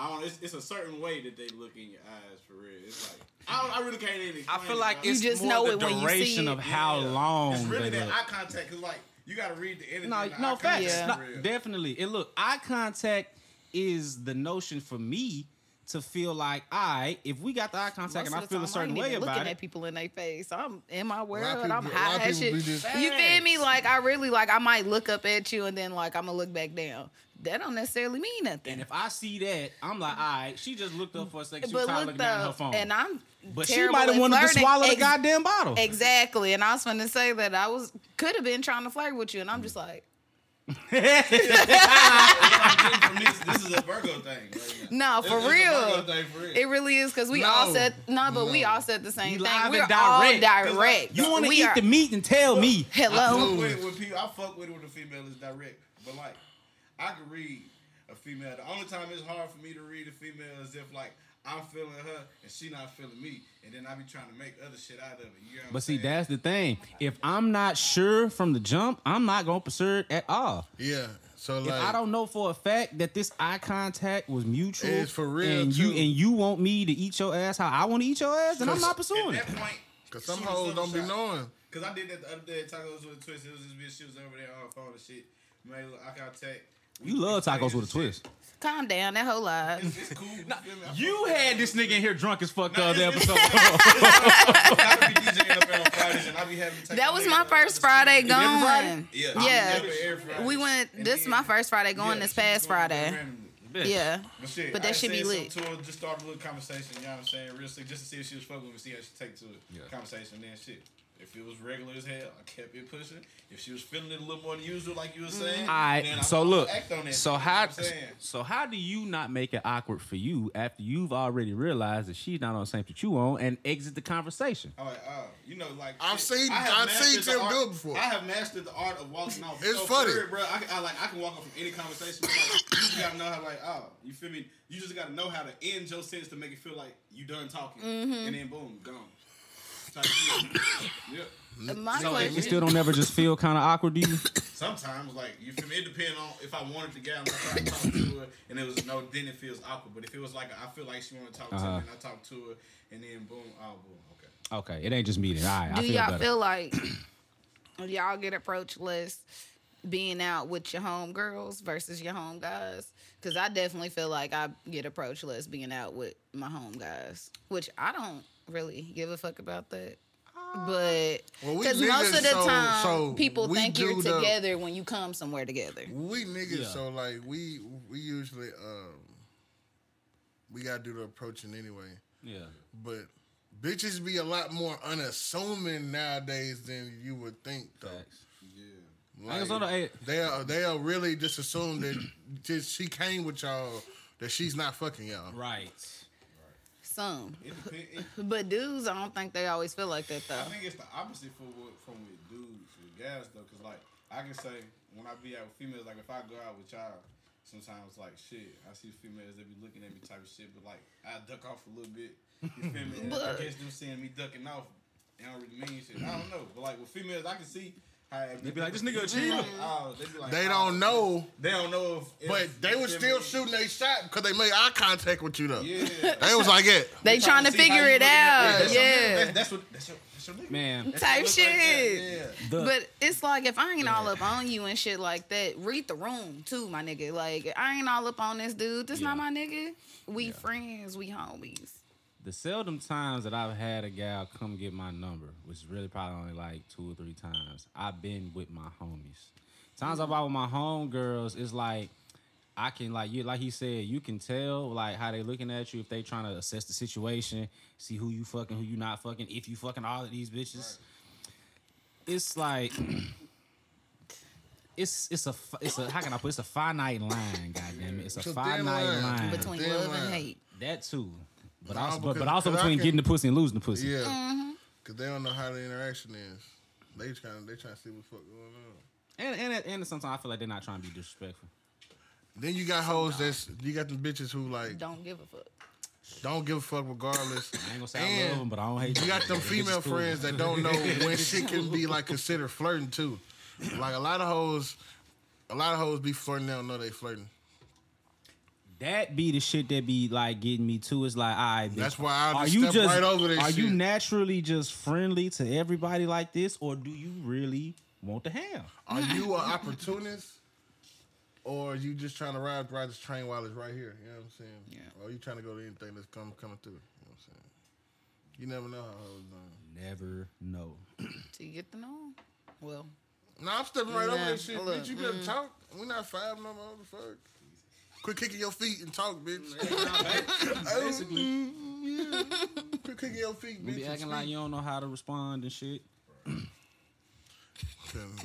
I don't. It's, it's a certain way that they look in your eyes for real. It's like I, don't, I really can't even.
I
explain
feel
it,
like
dog.
it's
just
more
know
the
it when you see
duration
it.
of how
Yeah.
long
It's really
they
that
look.
eye contact. Cause like you gotta read the energy.
No,
and the
no
eye contact
facts.
Yeah.
No,
for real.
definitely. And look, eye contact is the notion for me to feel like I, if we got the eye
Most
contact and
of
I
the
feel
time,
a certain
ain't
way
even
about
looking
it,
at people in their face. I'm in my
of
world. I'm
people- a lot of
high as shit.
people be just-
You feel me? Like I really like I might look up at you and then like I'm gonna look back down. That don't necessarily mean
and
nothing.
if I see that, I'm like, all right, she just looked up for a second. She was
But
tired of looking
look
down at her
though,
phone.
and I'm
but she
terrible
might have
at
wanted to
flirting.
swallow the
Ex-
goddamn bottle.
Exactly, and I was going to say that I was could have been trying to flirt with you, and I'm just like,
For me, this- this is a Virgo thing. Right now.
no, for
It's- it's a Virgo
real.
thing for real.
It really is because we
No.
all said no, but we
No.
all said the same
You
thing.
live
We're
and
all
direct. 'Cause,
direct.
you want to
We
eat
are-
the meat and tell me.
fuck
hello.
with it with people. I fuck with it when the female is direct, but like I can read a female. The only time it's hard for me to read a female is if like I'm feeling her and she not feeling me, and then I be trying to make other shit out of it. You know what I'm
But see,
saying?
that's the thing. If I'm not sure from the jump, I'm not gonna pursue it at all.
Yeah. So
If
like,
I don't know for a fact that this eye contact was mutual,
It's for real,
and
too.
you and you want me to eat your ass how I want to eat your ass, then I'm not pursuing
At
it.
that point,
Cause some
shoot us
hoes
up
don't be
shot.
knowing.
Cause I did that the other day at Tacos with a Twist. It was just bitch. She was over there on her phone and shit. Made a little eye contact. We
You love tacos
exchanged
with a
shit.
twist.
Calm down. That whole lie.
It's, it's cool. feel me? I
You
fuck with
had
it.
this nigga in here drunk as fuck the
Nah,
other
it's-
episode.
I be DJing up there on Fridays and I be having to take
That
my
was
nigga
my
out
first
to the
Friday
street.
gone.
Yeah.
Yeah.
Every- every Friday.
We went.
And
This is
then-
my first Friday going
Yeah,
this
she was
past
going to
Friday.
random-
bitch.
Yeah.
But shit,
But that
I
should be
said
lit.
something To her, just start a little conversation, you know what I'm saying? Real sick, just to see if she was fucking with, see how she take to it.
Yeah.
Conversation, then shit. If it was regular as hell, I kept it pushing. If she was feeling it a little more than usual, like you were saying,
All right.
then
So
I'm
look.
act on that.
So
You know
how?
what I'm saying?
So how do you not make it awkward for you after you've already realized that she's not on the same that you on and exit the conversation?
I'm like, oh, you know, like
I've
shit,
seen-
I have
I've seen
mastered the
Tim
art-
do it before.
I have mastered the art of walking off.
It's funny.
weird, bro. I, I like I can walk off from any conversation. But like, you just gotta know how, like, oh, you feel me? You just gotta know how to end your sentence to make it feel like you done talking, and then boom, gone. Type shit. yeah.
My question
You still don't ever just feel kind of awkward, do you?
Sometimes, like, you feel me? It depends on if I wanted to get out and I tried to talk to her, and it was no, then it feels awkward. But if it was like, I feel like she wanted to talk to
Uh-huh.
me, and I talked to her, and then boom, oh, boom, okay.
Okay, it ain't just me. Then. All right, I
do
feel
y'all
better.
feel like y'all get approached less being out with your home girls versus your home guys? Because I definitely feel like I get approached less being out with my home guys, which I don't really give a fuck about that. But
Well, we
because most
niggas,
of the
so-
time,
so
people
we
think you're
do the-
together when you come somewhere together.
We niggas,
Yeah.
so like we we usually um we gotta do the approaching anyway.
Yeah.
But bitches be a lot more unassuming nowadays than you would think though.
I guess
Like,
on the- hey-
they are they are really just assume that just she came with y'all that she's not fucking y'all.
Right.
Some,
It depends. It,
but dudes, I don't think they always feel like that
I
though.
think it's the opposite for what from with dudes with guys though, cause like I can say when I be out with females, like if I go out with y'all, sometimes like shit, I see females that be looking at me type of shit, but like I duck off a little bit. You feel me? And I
But-
guess them seeing me ducking off, they don't really mean shit. I don't know, but like with females, I can see. How they
be like, "This nigga a
They be
cheater."
like, oh, they, be like,
They
oh,
don't know,
They don't know if. if-
but they
you
was
feel
still
me?
shooting their shot because they made eye contact with you though.
Yeah.
They was like it.
They trying to
see how
figure
you
it
looking at-
out,
that's your nigga.
yeah,
That's, that's what. That's your. That's your nigga.
Man,
That's what
Type
it look like that.
shit.
Yeah.
the,
But it's like if I ain't all up on you and shit like that, read the room too, my nigga. Like I ain't all up on this dude. This not my nigga. We friends. We homies.
the seldom times that I've had a gal come get my number, which is really probably only like two or three times, I've been with my homies. Times I've been with my homegirls, it's like I can like you like he said, you can tell like how they looking at you if they trying to assess the situation, see who you fucking, who you not fucking, if you fucking all of these bitches. It's like it's it's a fi- it's a how can I put it? it's a finite line, goddamn it. It's a
It's a thin
finite
line.
line.
Between
Damn
love
right.
and hate.
That too. But
Nah,
also, but,
because-
but also
because I
between
can-
getting the pussy and losing the pussy.
Yeah, cause they don't know how the interaction is. They trying they trying to see what the fuck going on.
And, and and sometimes I feel like they're not trying to be disrespectful.
Then you got hoes that's you got them bitches who like
Don't give a fuck.
don't give a fuck regardless.
I ain't gonna say I
And
love them, but I don't hate
You
them.
got them
They're just
female
cool.
friends that don't know when shit can be like considered flirting too. Like a lot of hoes, a lot of hoes be flirting. They don't know they flirting.
That be the shit that be like getting me too. It's like, all right, bitch,
That's why I
are
just
you
step
just
right over this
are you
shit.
naturally just friendly to everybody like this, or do you really want to have?
Are you an opportunist, or are you just trying to ride ride this train while it's right here? You know what I'm saying?
Yeah.
Or are you trying to go to anything that's come coming through? You know what I'm saying? You never know how hoes doing.
Never know.
Till you get to know. 'em. Well,
No, I'm stepping right over
Nah,
this shit,
look,
bitch. You
Mm-hmm.
better talk. We not five no more. the Fuck. Quit kicking your feet and talk, bitch. Oh, mm-hmm, Quit kicking your feet,
You
bitch.
be
and
acting like
speak.
you don't know how to respond and shit.
Cause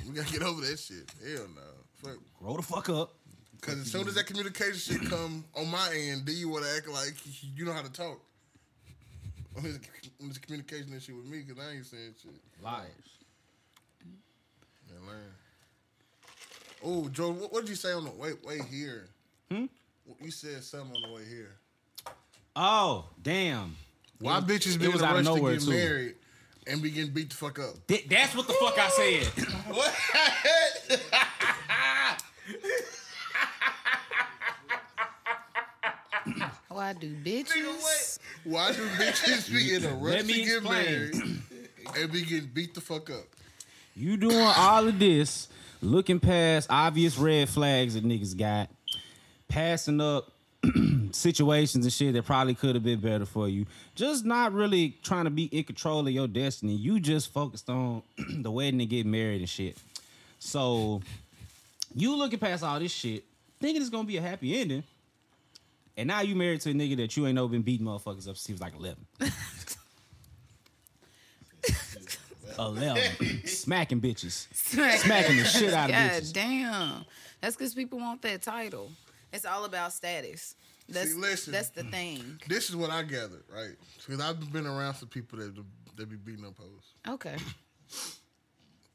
We gotta get over that shit. Hell no. Fuck.
Grow the fuck up.
Cause as soon as that communication shit come on my end, then you wanna act like you know how to talk. On this, on this communication and shit with me, cause I ain't saying shit.
Liars.
Man, learn. Oh, Jordan, what, what did you say on the way way here? Hmm. You said something on the way here.
Oh damn.
Why bitches be
it
in
was
a
out of
rush to
nowhere,
get
too.
married and be getting beat the fuck up?
Th- that's what the fuck I said.
why do bitches?
Why do bitches be in a rush
Let
to
me
get
explain.
married and be getting beat the fuck up?
You doing all of this, looking past obvious red flags that niggas got, passing up situations and shit that probably could have been better for you. Just not really trying to be in control of your destiny. You just focused on the wedding and getting married and shit. So you looking past all this shit, thinking it's gonna be a happy ending. And now you married to a nigga that you ain't know been beating motherfuckers up since he was like 11. 11. Smacking bitches. Smacking the shit out of
God
bitches.
damn. That's because people want that title. It's all about status. That's
See, listen.
that's the thing.
This is what I gathered, right? Because I've been around some people that that be beating up hoes.
Okay.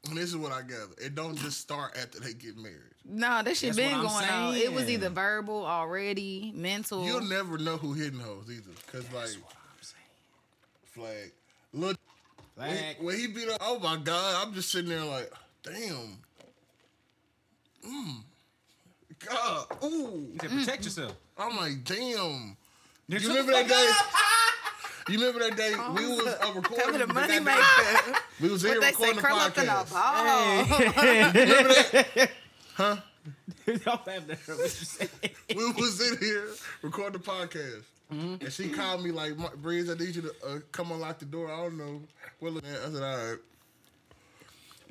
And this is what I gather. It don't just start after they get married.
No, that shit
That's
been
what I'm
going on. It was
saying.
either verbal already, mental.
You'll never know who hitting hoes either. Because, like, flag. Look, when,
Like,
when he beat up, oh my God, I'm just sitting there like, damn. Mmm. God. Ooh.
to protect yourself.
I'm like, damn. You remember that day? You remember that day
Oh,
we was uh, recording?
the
that
money
day-
maker.
We was here
What they say,
recording the
curl up in a
podcast.
ball.
Don't have to hear what you said.
we was in here recording the podcast,
Mm-hmm.
and she called me like, "Mar- "Breeze, I need you to uh, come unlock the door." I don't know. Well, I said, "All right."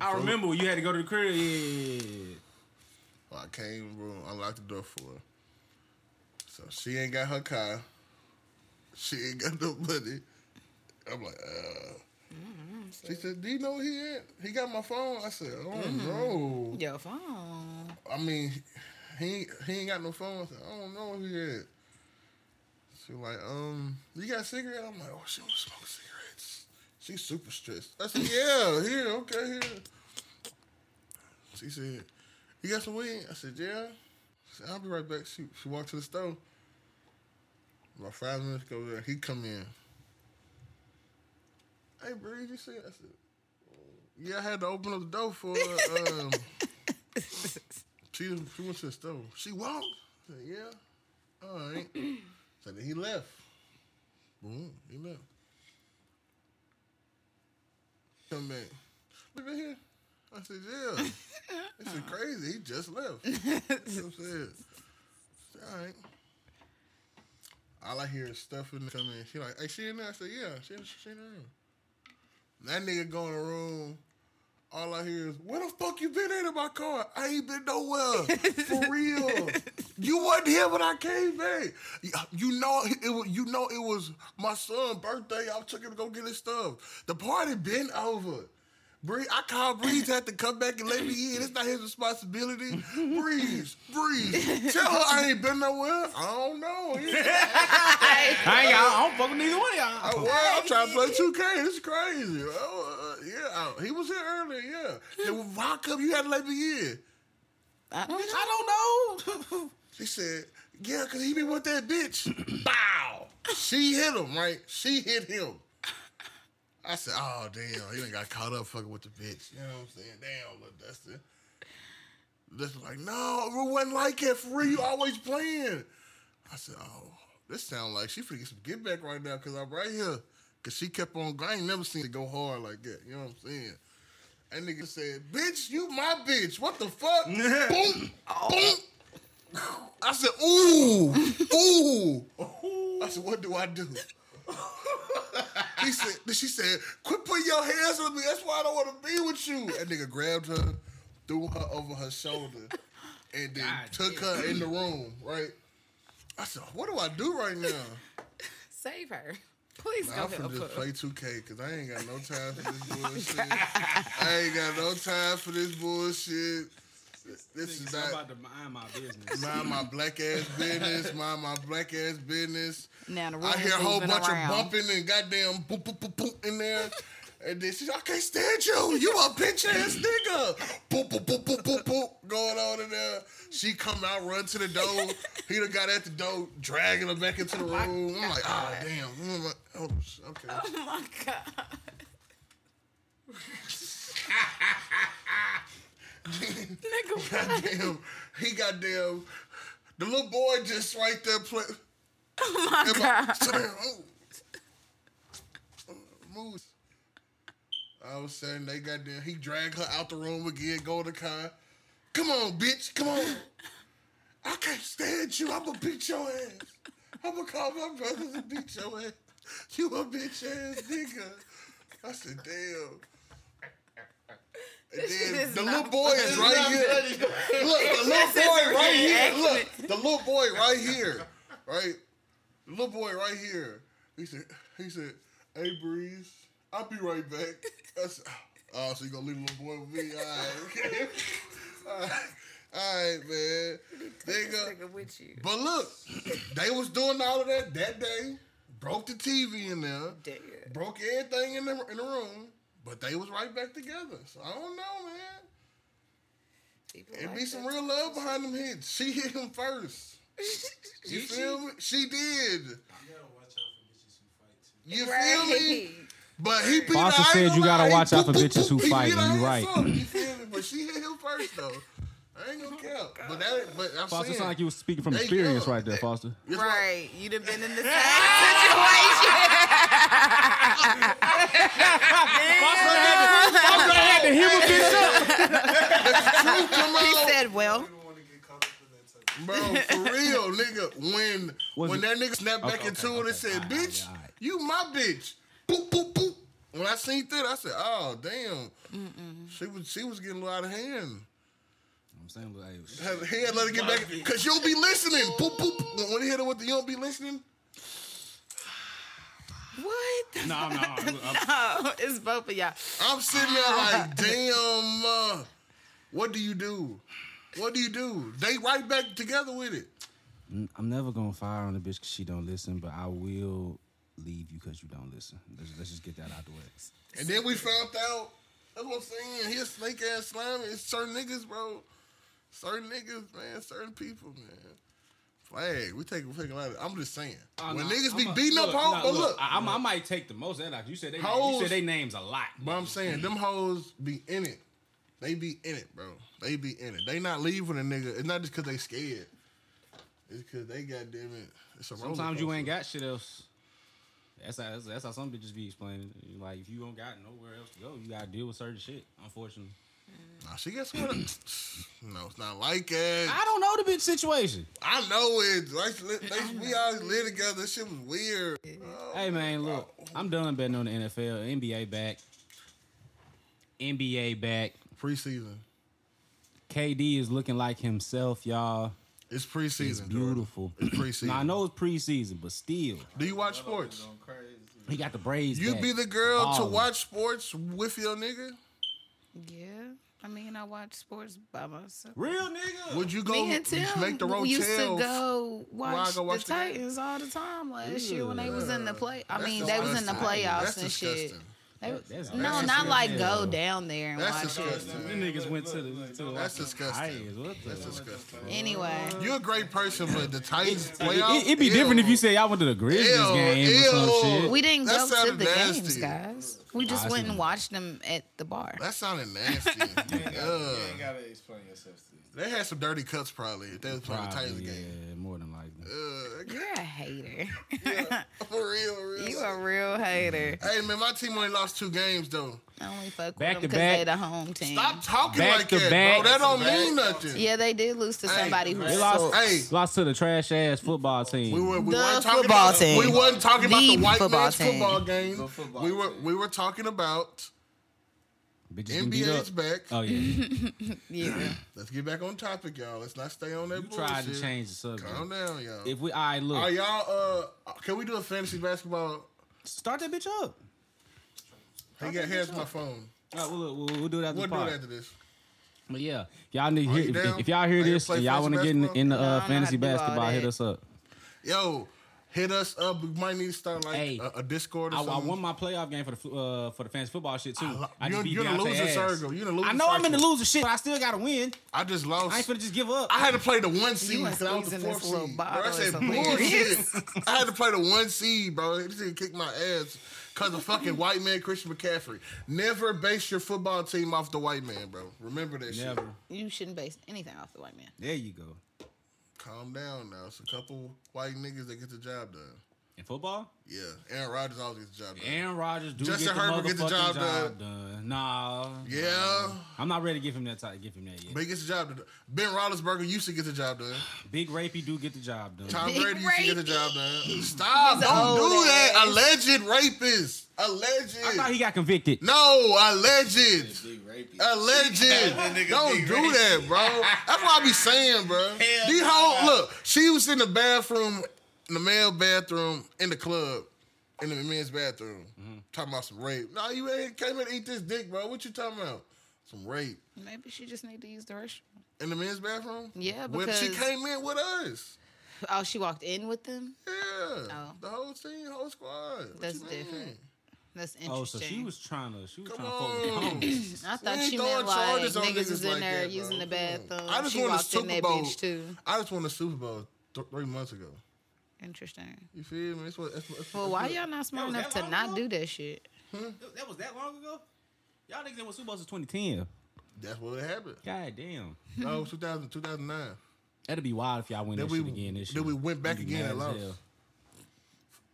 I remember when you had to go to the crib. Yeah, yeah, yeah.
Well, I came, bro, unlocked the door for her. So she ain't got her car. She ain't got no money. I'm like, uh.
Mm-hmm.
She said, "Do you know where he at? He got my phone." I said, "Oh
Mm-hmm.
no."
Your phone.
I mean, he he ain't got no phone. I, said, I don't know who he is. She like, um, you got a cigarette? I'm like, oh, she don't smoke cigarettes. She's super stressed. I said, yeah, here, okay, here. She said, you got some weed? I said, yeah. She said, I'll be right back. She she walked to the store. About five minutes ago, there he come in. Hey, Bree, you see? I said, yeah, I had to open up the door for. her, Um, She, she went to the store. She walked. I said, yeah. All right. so then he left. Boom. He left. Come back. Look at here. I said, yeah. this is crazy. He just left. you know what I'm saying? I said, All right. All I hear is stuff in the come in. She like, hey, she in there? I said, yeah, she, she in the room. That nigga go in the room. All I hear is, where the fuck you been at in my car? I ain't been nowhere. For real. You wasn't here when I came back. You- You know it was you know it was my son's birthday. I took him to go get his stuff. The party been over. Bree, I called Breeze had to come back and let me in. It's not his responsibility. Breeze, Breeze. Tell her I ain't been nowhere. I don't know. Yeah.
I ain't got, I don't fuck with neither one of
I,
y'all.
well, I'm trying to play 2K. This is crazy. Oh, uh, yeah, I- he was here earlier. Yeah. Then why come you had to let me in?
I don't know.
I don't know.
She said, "Yeah, cause he been with that bitch." Bow. She hit him, right? She hit him. I said, "Oh damn, he done got caught up fucking with the bitch." You know what I'm saying? Damn, little Dustin. Dustin like, "No, it wasn't like that for real. You always playing." I said, "Oh, this sound like she finna get some get back right now, cause I'm right here." Cause she kept on. I ain't never seen it go hard like that. You know what I'm saying? That nigga said, "Bitch, you my bitch. What the fuck?" boom, boom. I said, ooh, ooh. I said, what do I do? he said, she said, quit putting your hands on me. That's why I don't want to be with you. That nigga grabbed her, threw her over her shoulder, and then
God
took her in the room, right? I said, what do I do right now?
Save her. Please
I'm
go
finna
help her.
just play 2K because I ain't got no time for this bullshit. I ain't got no time for this bullshit. This is
I'm
not.
about to mind my business.
Mind my black ass business. Mind my black ass business.
Now the room
I hear a whole
moving
bunch
around.
of bumping and goddamn boop boop boop boop in there. And then she's, I can't stand you. You a bitch ass nigga. Boop boop boop boop boop boop going on in there. She come out, run to the door. He done got at the door, dragging her back into the room. I'm like, ah damn. I'm like, oh, sh- okay.
Oh my god. Nigga,
Goddamn. He goddamn. The little boy just right there play. Oh my god. Sit down. Oh. Uh, Moose. I was saying they goddamn. He dragged her out the room again, go to the car. Come on, bitch. Come on. I can't stand you. I'm gonna beat your ass. I'm gonna call my brothers and beat your ass. You a bitch ass nigga. I said, damn. And then
is
the
not
little boy is right here. Look, the little boy right here. Look, the little boy right here. right? The little boy right here. He said, he said, hey Breeze, I'll be right back. I said, oh, so you gonna leave the little boy with me? All right, okay. All right, all right man. There you go.
Nigga with you.
But look, they was doing all of that that day. Broke the TV in there.
Damn.
Broke everything in the in the room. But they was right back together. So I don't know, man.
People
It
like
be some
that.
real love behind them hits. She hit him first. You feel me? She did.
You gotta watch out for bitches who fight too.
You
Right.
feel me? But he beat
Foster
her. I ain't
said
gonna
you gotta
lie.
watch out for
He beat
bitches who
her
fight,
ass
and you right.
up. You feel me? But she hit him first though. I ain't gonna count.
Oh
But that, but I'm
Foster,
saying,
sound like you was speaking from
They
experience
young.
right there, Foster.
Right. You'd have been in the same situation.
truth come
he
out.
said, well,
You don't want to get caught up in that type of
Bro, for real, nigga. When
Was
when
it-
that nigga snapped back
Okay,
into
okay,
it and
okay.
said,
Alright,
"Bitch,
alright, alright.
you my bitch." Boop boop boop. When I seen that, I said, "Oh damn." She was she was getting a little out of hand.
I'm saying, like, hey,
Had- He had let her get back because you don't be listening. Boop boop. When- When he hit her with the you don't be listening.
what?
no, no, I'm- I'm-
Oh, it's both of y'all.
I'm sitting there like, damn. Uh, what do you do? What do you do? They right back together with it.
I'm never gonna fire on the bitch because she don't listen, but I will leave you because you don't listen. Let's, let's just get that out the way.
And then we found out. That's what I'm saying. He's snake ass slime. It's certain niggas, bro. Certain niggas, man. Certain people, man. Flag. We take, we take a lot of. I'm just saying.
Ah,
when niggas be beating up hoes, but look.
I, I'm- I might take the most of that. You said they, you
Hoes-
said they names a lot.
but I'm saying them hoes be in it. They be in it, bro. They be in it. They not leaving a nigga. It's not just because they scared. It's because they goddamn it. It's a roller
Sometimes you
coaster.
ain't got shit else. That's how that's, that's how some bitches be explaining. it. Like if you don't got nowhere else to go, you gotta deal with certain shit. Unfortunately,
Nah, she gets what? no, it's not like that.
I don't know the bitch situation.
I know it. Like they, we always live together. This shit was weird.
Hey man, look, I'm done betting on the NFL, NBA back, NBA back.
Preseason.
KD is looking like himself, y'all.
It's preseason.
It's
Jordan.
beautiful.
It's preseason.
Now I know it's preseason, but still,
Do you watch sports?
Going crazy.
he got the braids.
You
back.
be the girl
Ballin'.
to watch sports with your nigga?
Yeah. I mean, I watch sports by myself.
real nigga.
Would you go
Me and Tim
make the
we used to
rotel?
go watch,
go watch
the
the game?
Titans all the time last year when they was in the play. I
That's
mean, they was in the
disgusting.
playoffs
That's
and shit.
disgusting.
They-
That's-
no,
that's
not like go
disgusting.
down there and
That's
watch it.
disgusting.
Them niggas went to the to the
That's disgusting.
Titans. What the-
That's disgusting.
Anyway,
You're a great person, but the Titans playoff.
It, would be different if you said y'all went to the Grizzlies
Ew,
game or some
ew.
shit.
we didn't
That
go to
sounded
the
nasty.
games, guys. We just
I
went
see.
and watched them at the bar.
That sounded nasty.
You
Ugh.
ain't gotta explain yourself to these.
They had some dirty cuts probably if they was playing the Titans
Probably,
game.
yeah, more than likely.
Ugh.
You're a hater.
For real, for real.
you a real hater.
Hey man, my team only lost two games though.
I only fuck
Back
with
to
them because
back.
they the home team.
Stop talking
Back
like
to
that,
back.
bro. That don't
Back.
mean nothing.
Yeah, they did lose to
Hey,
somebody who
They
sucked.
lost,
Hey.
lost to the trash ass football team.
We were we
The
weren't talking
football
about
team.
we weren't talking about the
The
white
football
man's
team.
football game.
The football
we were
team.
we were talking about
Bitches getting beat
NBA's
up.
back.
Oh yeah,
Yeah.
Let's get back on topic, y'all. Let's not stay on that
you
bullshit.
tried to change the subject.
Calm down, y'all.
If we, all right, look,
Are y'all uh can we do a fantasy basketball?
start that bitch up.
He got here's my phone.
All right, we'll, we'll, we'll do it after
We'll
the
do it
pod.
after this.
But yeah, y'all need
you
hear, if,
down?
if y'all hear
Are you
this
play
and y'all want
fantasy
to get
basketball?
in, in the
No, I don't
uh,
know how
fantasy
to do all
basketball, hit
that.
us up.
Yo, hit us up. We might need to start like
Hey,
a, a Discord or
I, I
something.
won my playoff game for the fl- uh, for the fantasy football shit too. I,
lo-
just
you're-
beat
you're in the
Beyonce
loser
ass.
circle. You're in the
I
loser
know I'm in the
circle.
loser shit, but I still gotta win.
I just
I ain't
lost.
finna just give up.
I had to play the one seed
was
because I was the
squeezing this
fourth
little
seed. Bro,
bottle
I
or
said
something.
bullshit. I had to play the one seed, bro. This nigga kicked my ass because of fucking white man Christian McCaffrey. Never base your football team off the white man, bro. Remember that shit.
Never.
You shouldn't base anything off the white man.
There you go.
Calm down now. It's a couple white niggas that get the job done.
In football,
Yeah, Aaron Rodgers always gets the job done.
Aaron Rodgers do
Justin
get the
Herbert
motherfucking
get the job
job, done. Nah,
yeah,
I'm not ready to give him that. Type, give him that yet.
but he gets the job done. Ben Roethlisberger used to get the job done.
Big rapey do get the job done.
Tom
Big
Brady used to get the
rapey.
job done. Stop! Don't
old
do that.
ass.
Alleged rapist. Alleged.
I thought he got convicted.
No, alleged.
Big rapey.
Uh.
That
Alleged.
nigga
Don't
big
do
racist.
that, bro. That's what I be saying, bro. These whole look, she was in the bathroom in the male bathroom in the club, in the men's bathroom,
Mm-hmm.
talking about some rape. Nah, you ain't came in to eat this dick, bro. What you talking about? Some rape
Maybe she just need to use the restroom.
in the men's bathroom?
Yeah,
Well, she
because-
came in with us.
Oh, she walked in with them.
Yeah,
Oh.
the whole team, whole squad. What
That's
you
different.
mean?
That's interesting.
Oh, so she was trying to. She was
Come
trying to fuck with
on.
homies.
I
We
thought
ain't
she
throwing
meant like
charges on
niggas was in
like
there
that, bro.
using the
Come on.
bathroom.
I just
she
won the
walked in
Super
that
Bowl.
bitch too.
I just won the Super Bowl th- three months ago.
Interesting.
You feel me? That's what. That's, what- that's,
Well,
that's
why
what-
y'all not smart
was
enough
that
to
long
not
ago?
do that shit?
That was that long ago?
Y'all niggas that won Super Bowl since 2010.
That's what happened. Oh,
God damn.
No, 2000, 2009.
That'd be wild if y'all win
Then
that
we-
shit again this
then we
year.
went back
I'd be
again
mad
and
as
lost.
hell.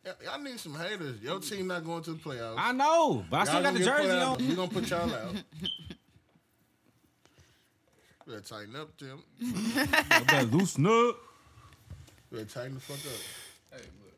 Y- Y'all need some haters. Your team not going to the playoffs.
I know, but I still got the jersey on.
We're going to put y'all out. Better tighten up, Tim.
I better loosen up.
Better tighten the fuck up.
Hey, look.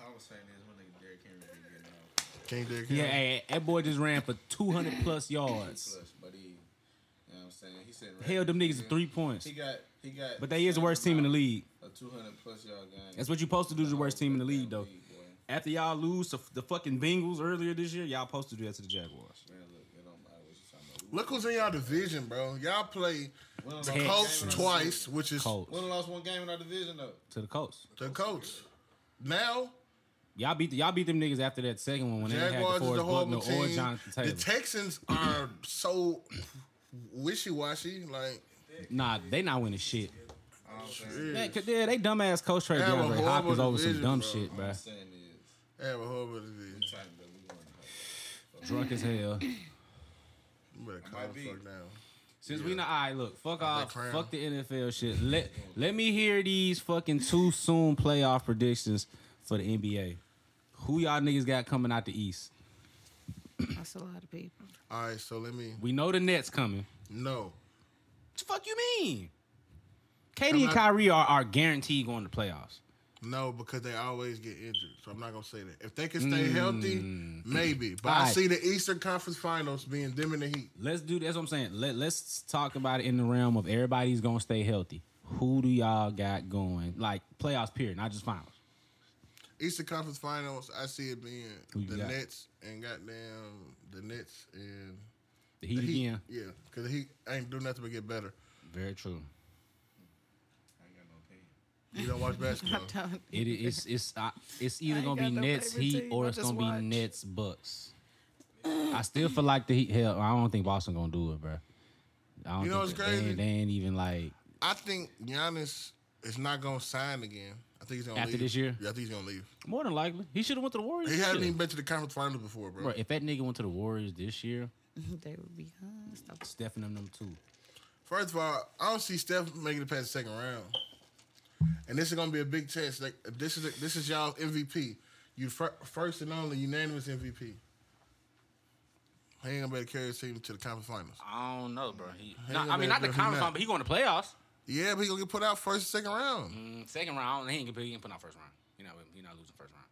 I was saying this when nigga Derrick Henry been getting off
King Derrick
Yeah,
Henry.
hey, that boy just ran for 200 plus yards.
plus, but he, you know what I'm saying? He said,
Held them niggas to three points.
He got, he got.
But they is the worst team in the league.
A 200 plus yard game.
That's what you supposed to do to the worst team in the league, though.
League, boy.
After y'all lose to f- the fucking Bengals earlier this year, y'all supposed to do that to the Jaguars.
Man, look, it don't matter what you talking about.
Look who's in y'all division, bro. Y'all play
We done
the Colts
lost one game in our division.
twice, which is
Colts.
We done lost one game in our division, though.
To the Colts.
the Colts. Now,
Y'all beat y'all beat them niggas after that second one when they had
Jaguars
the
is the
Forrest
horrible
Buckner
team.
or Jonathan Taylor.
The Texans are so wishy washy. Like,
nah, they not winning shit.
All I'm saying,
yeah.
Man, 'cause they, they dumbass coach traded
They have a
DeAndre
horrible
Hopkins over some
division,
dumb
bro.
shit,
all I'm
bruh.
saying is,
They have a horrible division.
Titan, but we won.
Drunk as hell.
You better calm the
be.
fuck down.
Since we not, all right, look, fuck off,
crown.
fuck the NFL shit. Let let me hear these fucking too soon playoff predictions for the NBA. Who y'all niggas got coming out the East?
That's a lot of people.
All right, so let me.
We know the Nets coming.
No.
What the fuck you mean? Katie and
I'm not-
Kyrie are, are guaranteed going to playoffs.
No, because they always get injured. So I'm not gonna say that. If they can stay healthy,
Mm.
maybe. But I
Alright.
see the Eastern Conference Finals being them in the heat.
Let's do that's what I'm saying. Let let's talk about it in the realm of everybody's gonna stay healthy. Who do y'all got going? Like playoffs period, not just finals.
Eastern Conference Finals, I see it being
Who you
the
got?
Nets and goddamn the Nets and
The Heat,
the Heat.
again.
Yeah, because he ain't do nothing but get better.
Very true.
I ain't got no opinion.
You don't watch basketball.
It is it's it's, I, it's
I
either
ain't
gonna
got
be
no
Nets
favorite
Heat
team.
or
I
it's
just
gonna
watch.
be Nets Bucks. I still feel like the Heat. Hell, I don't think Boston gonna do it, bro. I don't
You know what's
think that- they
crazy?
ain't- They, ain't even like
I think Giannis is not gonna sign again. I think he's gonna
After
leave.
this year?
Yeah, I think he's gonna leave.
more than likely. He should have went to the Warriors.
He
this
hasn't
year.
even been to the conference finals before, bro.
Bro, if that nigga went to the Warriors this year,
they would be huh?
Steph and them, them two.
First of all, I don't see Steph making it past the second round, and this is gonna be a big test. Like this is this is y'all MVP. You fir- first and only unanimous MVP. He ain't gonna be able to carry his team to the conference finals.
I don't know, bro. He,
He
nah,
ain't
I mean,
gonna
not the
do it if he
conference
not.
round, but he going to playoffs.
Yeah, but he gonna get put out first and second round.
Mm, Second round, he ain't gonna be. He ain't putting out first round. He not. He not losing first round.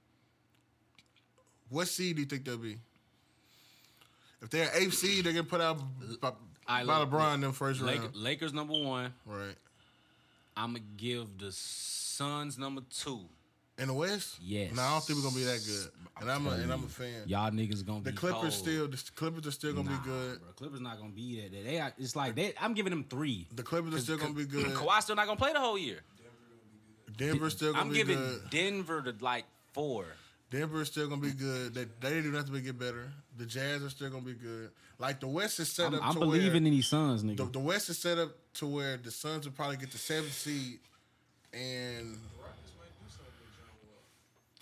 What seed do you think they'll be? If they're eighth seed, they get put out by, by
I like-
LeBron in the first
Lake,
round.
Lakers number one.
Right.
I'm gonna give the Suns number two.
In the West?
Yes.
No, I don't think we're gonna be that good. And I'm a, and I'm a fan.
Y'all niggas gonna
The
be
Clippers
cold.
still the Clippers are still gonna
Nah,
be good.
Bro. Clippers not gonna be that. They are, it's like they. I'm giving them three.
The Clippers are still gonna be good.
Kawhi still not gonna play the whole year.
Denver's still gonna
I'm
be
giving
good.
Denver to like four.
Denver's still gonna be good. They they didn't do nothing but get better. The Jazz are still gonna be good. Like the West is set
I'm,
up
I'm
to
believing
where
in these Suns, nigga.
the, the West is set up to where the Suns will probably get the seventh seed and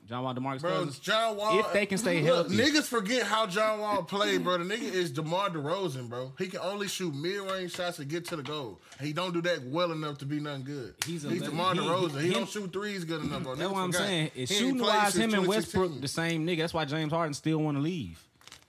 John Wall, Demarcus
Bro,
Cousins.
John Wall.
If they can stay
Look,
healthy.
niggas forget how John Wall played, bro. The nigga is DeMar DeRozan, bro. He can only shoot mid-range shots and get to the goal. He don't do that well enough to be nothing good.
He's
He's,
a le-
DeMar
he- he-
DeRozan. He,
him-
don't shoot threes good enough, bro.
That's
Niggas
what I'm
forgot.
saying.
He ain't
It's shooting
played
wise,
since
him and
2016.
Westbrook the same nigga. That's why James Harden still want to leave.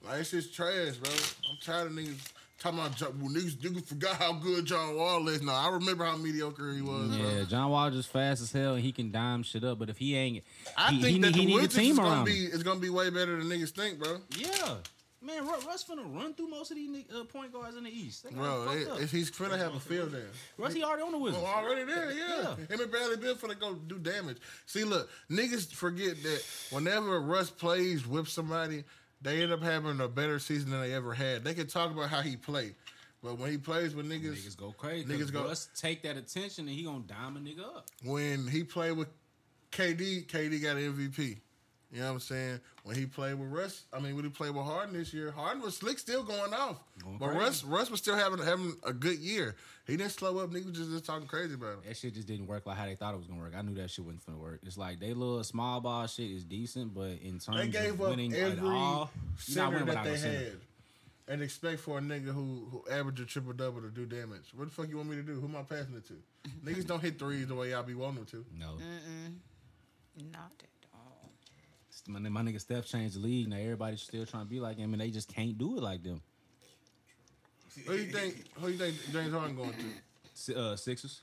Like, it's just trash, bro. I'm tired of niggas talking about John, well, niggas, niggas forgot how good John Wall is. No, I remember how mediocre he was,
Yeah,
bro.
John Wall just fast as hell, and he can dime shit up. But if he ain't,
I
he,
think
he,
that
need- he
the
need a
Wizards is
team
gonna
around.
be
him.
is gonna be way better than niggas think, bro.
Yeah, Man, Ru- Russ finna run through most of these ni- uh, point guards in the East. They got
Bro,
fucked
they,
up.
it's- he's finna have a field there.
Russ, he already on the Wizards.
Well, Oh, already there, yeah.
Yeah.
Him and Bradley Bill finna go do damage. See, look, niggas forget that whenever Russ plays with somebody, they end up having a better season than they ever had. They can talk about how he played, but when he plays with niggas,
Niggas go crazy.
oh. Niggas
Niggas
go-
Russ take that attention and he gonna dime a nigga up.
when he played with KD, KD got an MVP. You know what I'm saying? When he played with Russ, I mean, when he played with Harden this year, Harden was slick, still going off,
Going
but
crazy.
Russ, Russ was still having having a good year. He didn't slow up. Niggas just, just talking crazy about him.
That shit just didn't work like how they thought it was gonna work. I knew that shit wasn't gonna work. It's like they little small ball shit is decent, but in terms
They gave
of
up
winning at
every
all, you're not
center
winning
that
without
they
a center.
had, and expect for a nigga who who averaged a triple double to do damage. What the fuck you want me to do? Who am I passing it to? Niggas don't hit threes the way y'all be wanting them
No,
Not at all.
my, my nigga Steph changed the league. Now everybody's still trying to be like him, and they just can't do it like them.
to. Who you think? Who you think James Harden going to?
Si- Uh, Sixers.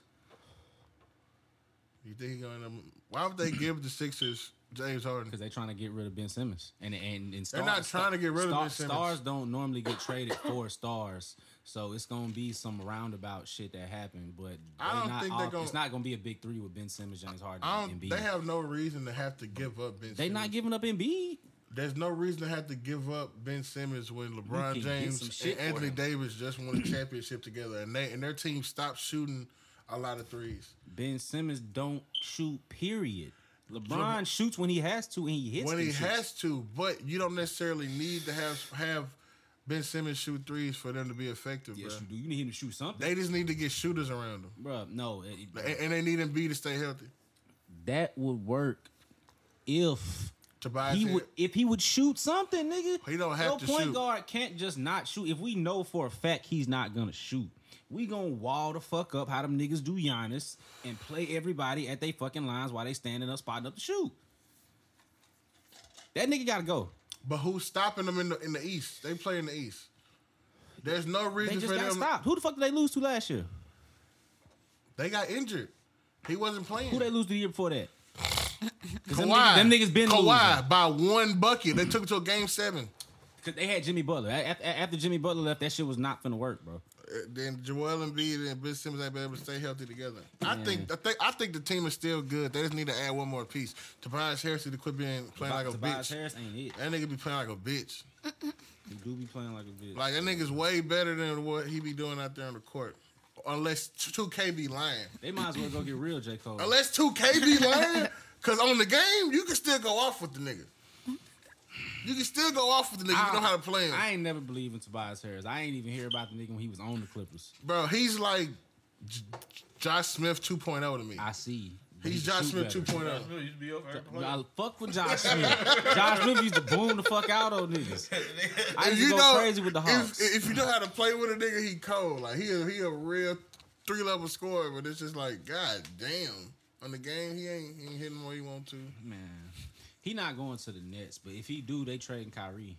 You think he going to? Why would they give the Sixers James Harden?
because they're trying to get rid of Ben Simmons, and and, and stars,
not trying to get rid of Ben Simmons.
Stars don't normally get traded for stars, so it's gonna be some roundabout shit that happened. But
I
they
don't
not
think
all-
they're gonna-
It's not gonna be a big three with Ben Simmons, James Harden,
I don't.
and Embiid.
They have no reason to have to give up Ben.
They not
Simmons.
giving up Embiid.
There's no reason to have to give up Ben Simmons when
can
LeBron
get some
James
shit
and
for
Anthony
him.
Davis just won a championship together, and they and their team stopped shooting a lot of threes.
Ben Simmons don't shoot. Period. LeBron shoots when he has to, and he hits
when
them
he
shits.
has to, but you don't necessarily need to have have Ben Simmons shoot threes for them to be effective,
Yes,
bruh.
you do. You need him to shoot something,
They just need to get shooters around them,
Bruh, No, it- it-
and, and they need Embiid to stay healthy.
that would work if
Tobias,
he
Harris-
would if he would shoot something, nigga.
He don't have
Your
to
point
shoot.
guard can't just not shoot. If we know for a fact he's not gonna shoot, we gonna wall the fuck up how them niggas do Giannis and play everybody at they fucking lines while they standing up, spotting up to shoot. That nigga gotta go.
but who's stopping them in the in the East? They play in the East. There's no
They
reason
just
for
got
them.
stopped. Who the fuck did they lose to last year?
They got injured. He wasn't playing.
Who they lose to the year before that? 'Cause
Kawhi.
Them niggas, them niggas been
Kawhi
losing.
by one bucket. They took it to a game seven.
'Cause they had Jimmy Butler. A- After, after Jimmy Butler left, that shit was not finna work, bro.
Uh, Then Joel Embiid and Ben Simmons ain't been able to stay healthy together. I think I think I think the team is still good. They just need to add one more piece. Tobias Harris need to quit being playing like a
Tobias
bitch.
Harris ain't it.
That nigga be playing like a bitch.
He do be playing like a bitch.
Like that nigga's way better than what he be doing out there on the court. Unless two K be lying.
they might as well go get real J. Cole.
Unless two K be lying, cause on the game you can still go off with the nigga. You can still go off with the nigga. You know how to play him.
Ah. I ain't never believed in Tobias Harris. I ain't even hear about the nigga when he was on the Clippers.
Bro, he's like J- Josh Smith 2.0 to me.
I see.
He's Josh Smith oh. 2.0.
Really, used to be over every play.
I fuck with Josh Smith. Josh Smith used to boom the fuck out on niggas. I
If
used to go crazy with the Hawks.
If, if you know how to play with a nigga, he cold. Like he a, he a real three level scorer, but it's just like God damn. On the game, he ain't he ain't hitting where he want to.
Man, he not going to the Nets, but if he do, they trading Kyrie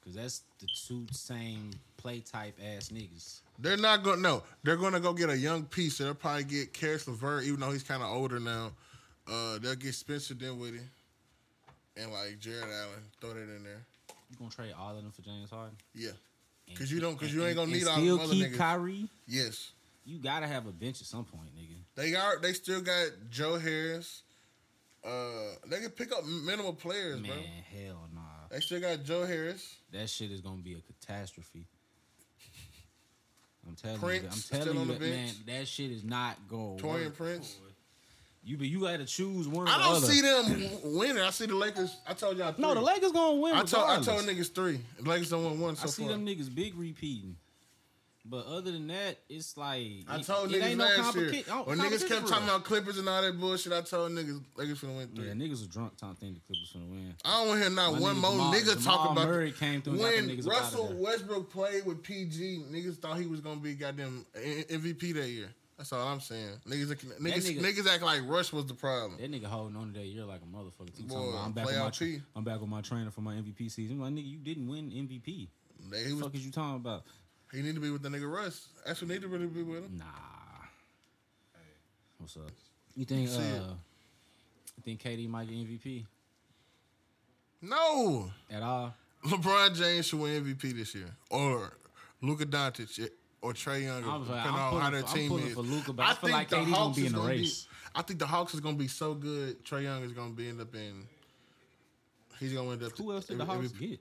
because that's the two same play type ass niggas.
They're not gonna no. They're gonna go get a young piece. They'll probably get Karis LeVert, even though he's kind of older now. Uh, they'll get Spencer Dinwiddie and like Jared Allen. Throw that in there.
You gonna trade all of them for James Harden?
Yeah,
And-
cause you don't, cause you ain't
and-
gonna need
and
all
still
them other
keep
niggas.
Kyrie.
yes.
You gotta have a bench at some point, nigga.
They are. They still got Joe Harris. Uh, they can pick up minimal players,
Man,
bro.
hell nah.
They still got Joe Harris.
That shit is gonna be a catastrophe. I'm telling you, I'm
Prince
telling
still
you,
on the
that, man,
bench.
that shit is not going.
Torian Prince.
You be you got to choose one.
I don't
or the other.
see them w- winning. I see the Lakers. I told y'all. Three.
No, the Lakers gonna win.
I told I
regardless.
told niggas three. The Lakers don't win one so
I see
far.
them niggas big repeating. But other than that, it's like
I
it-
told
it
niggas
ain't no
last
complica-
year
oh,
when niggas
competition
kept
for
talking
us.
about Clippers and all that bullshit. I told niggas Lakers finna win three.
Yeah, niggas are drunk. Time think the Clippers gonna win.
I don't want to hear not
My
one
nigga
more
Jamal-
nigga
Jamal
talk about
Murray came through and got them
when
niggas up outta
Russell
there.
Westbrook played with PG. Niggas thought he was gonna be goddamn M- MVP that year. That's all I'm saying. Niggas, niggas,
nigga-
niggas act like Rush was the problem.
That nigga holding on to that year like a motherfucker. too. Talking
Boy,
about, I'm back with my
playoff
tra-
P.
I'm back with my trainer for my MVP season. My nigga, you didn't win MVP.
They- he,
The
was,
fuck is you talking about?
he need to be with the nigga Russ. That's who need to really be with him.
Nah. What's up? You think uh
See it.
you think KD might get MVP
No,
at all?
LeBron James should win MVP this year, or Luka Doncic, or Trey Young,
I was like,
depending
I'm
on how
pulling
their
for- I'm
team
pulling
is.
for Luka, but I feel like KD
the
gonna
Hawks
be
is
in the
gonna be-
race.
I think the Hawks is gonna be so good. Trey Young is gonna be end up in. He's gonna end up.
Who else did the Hawks get?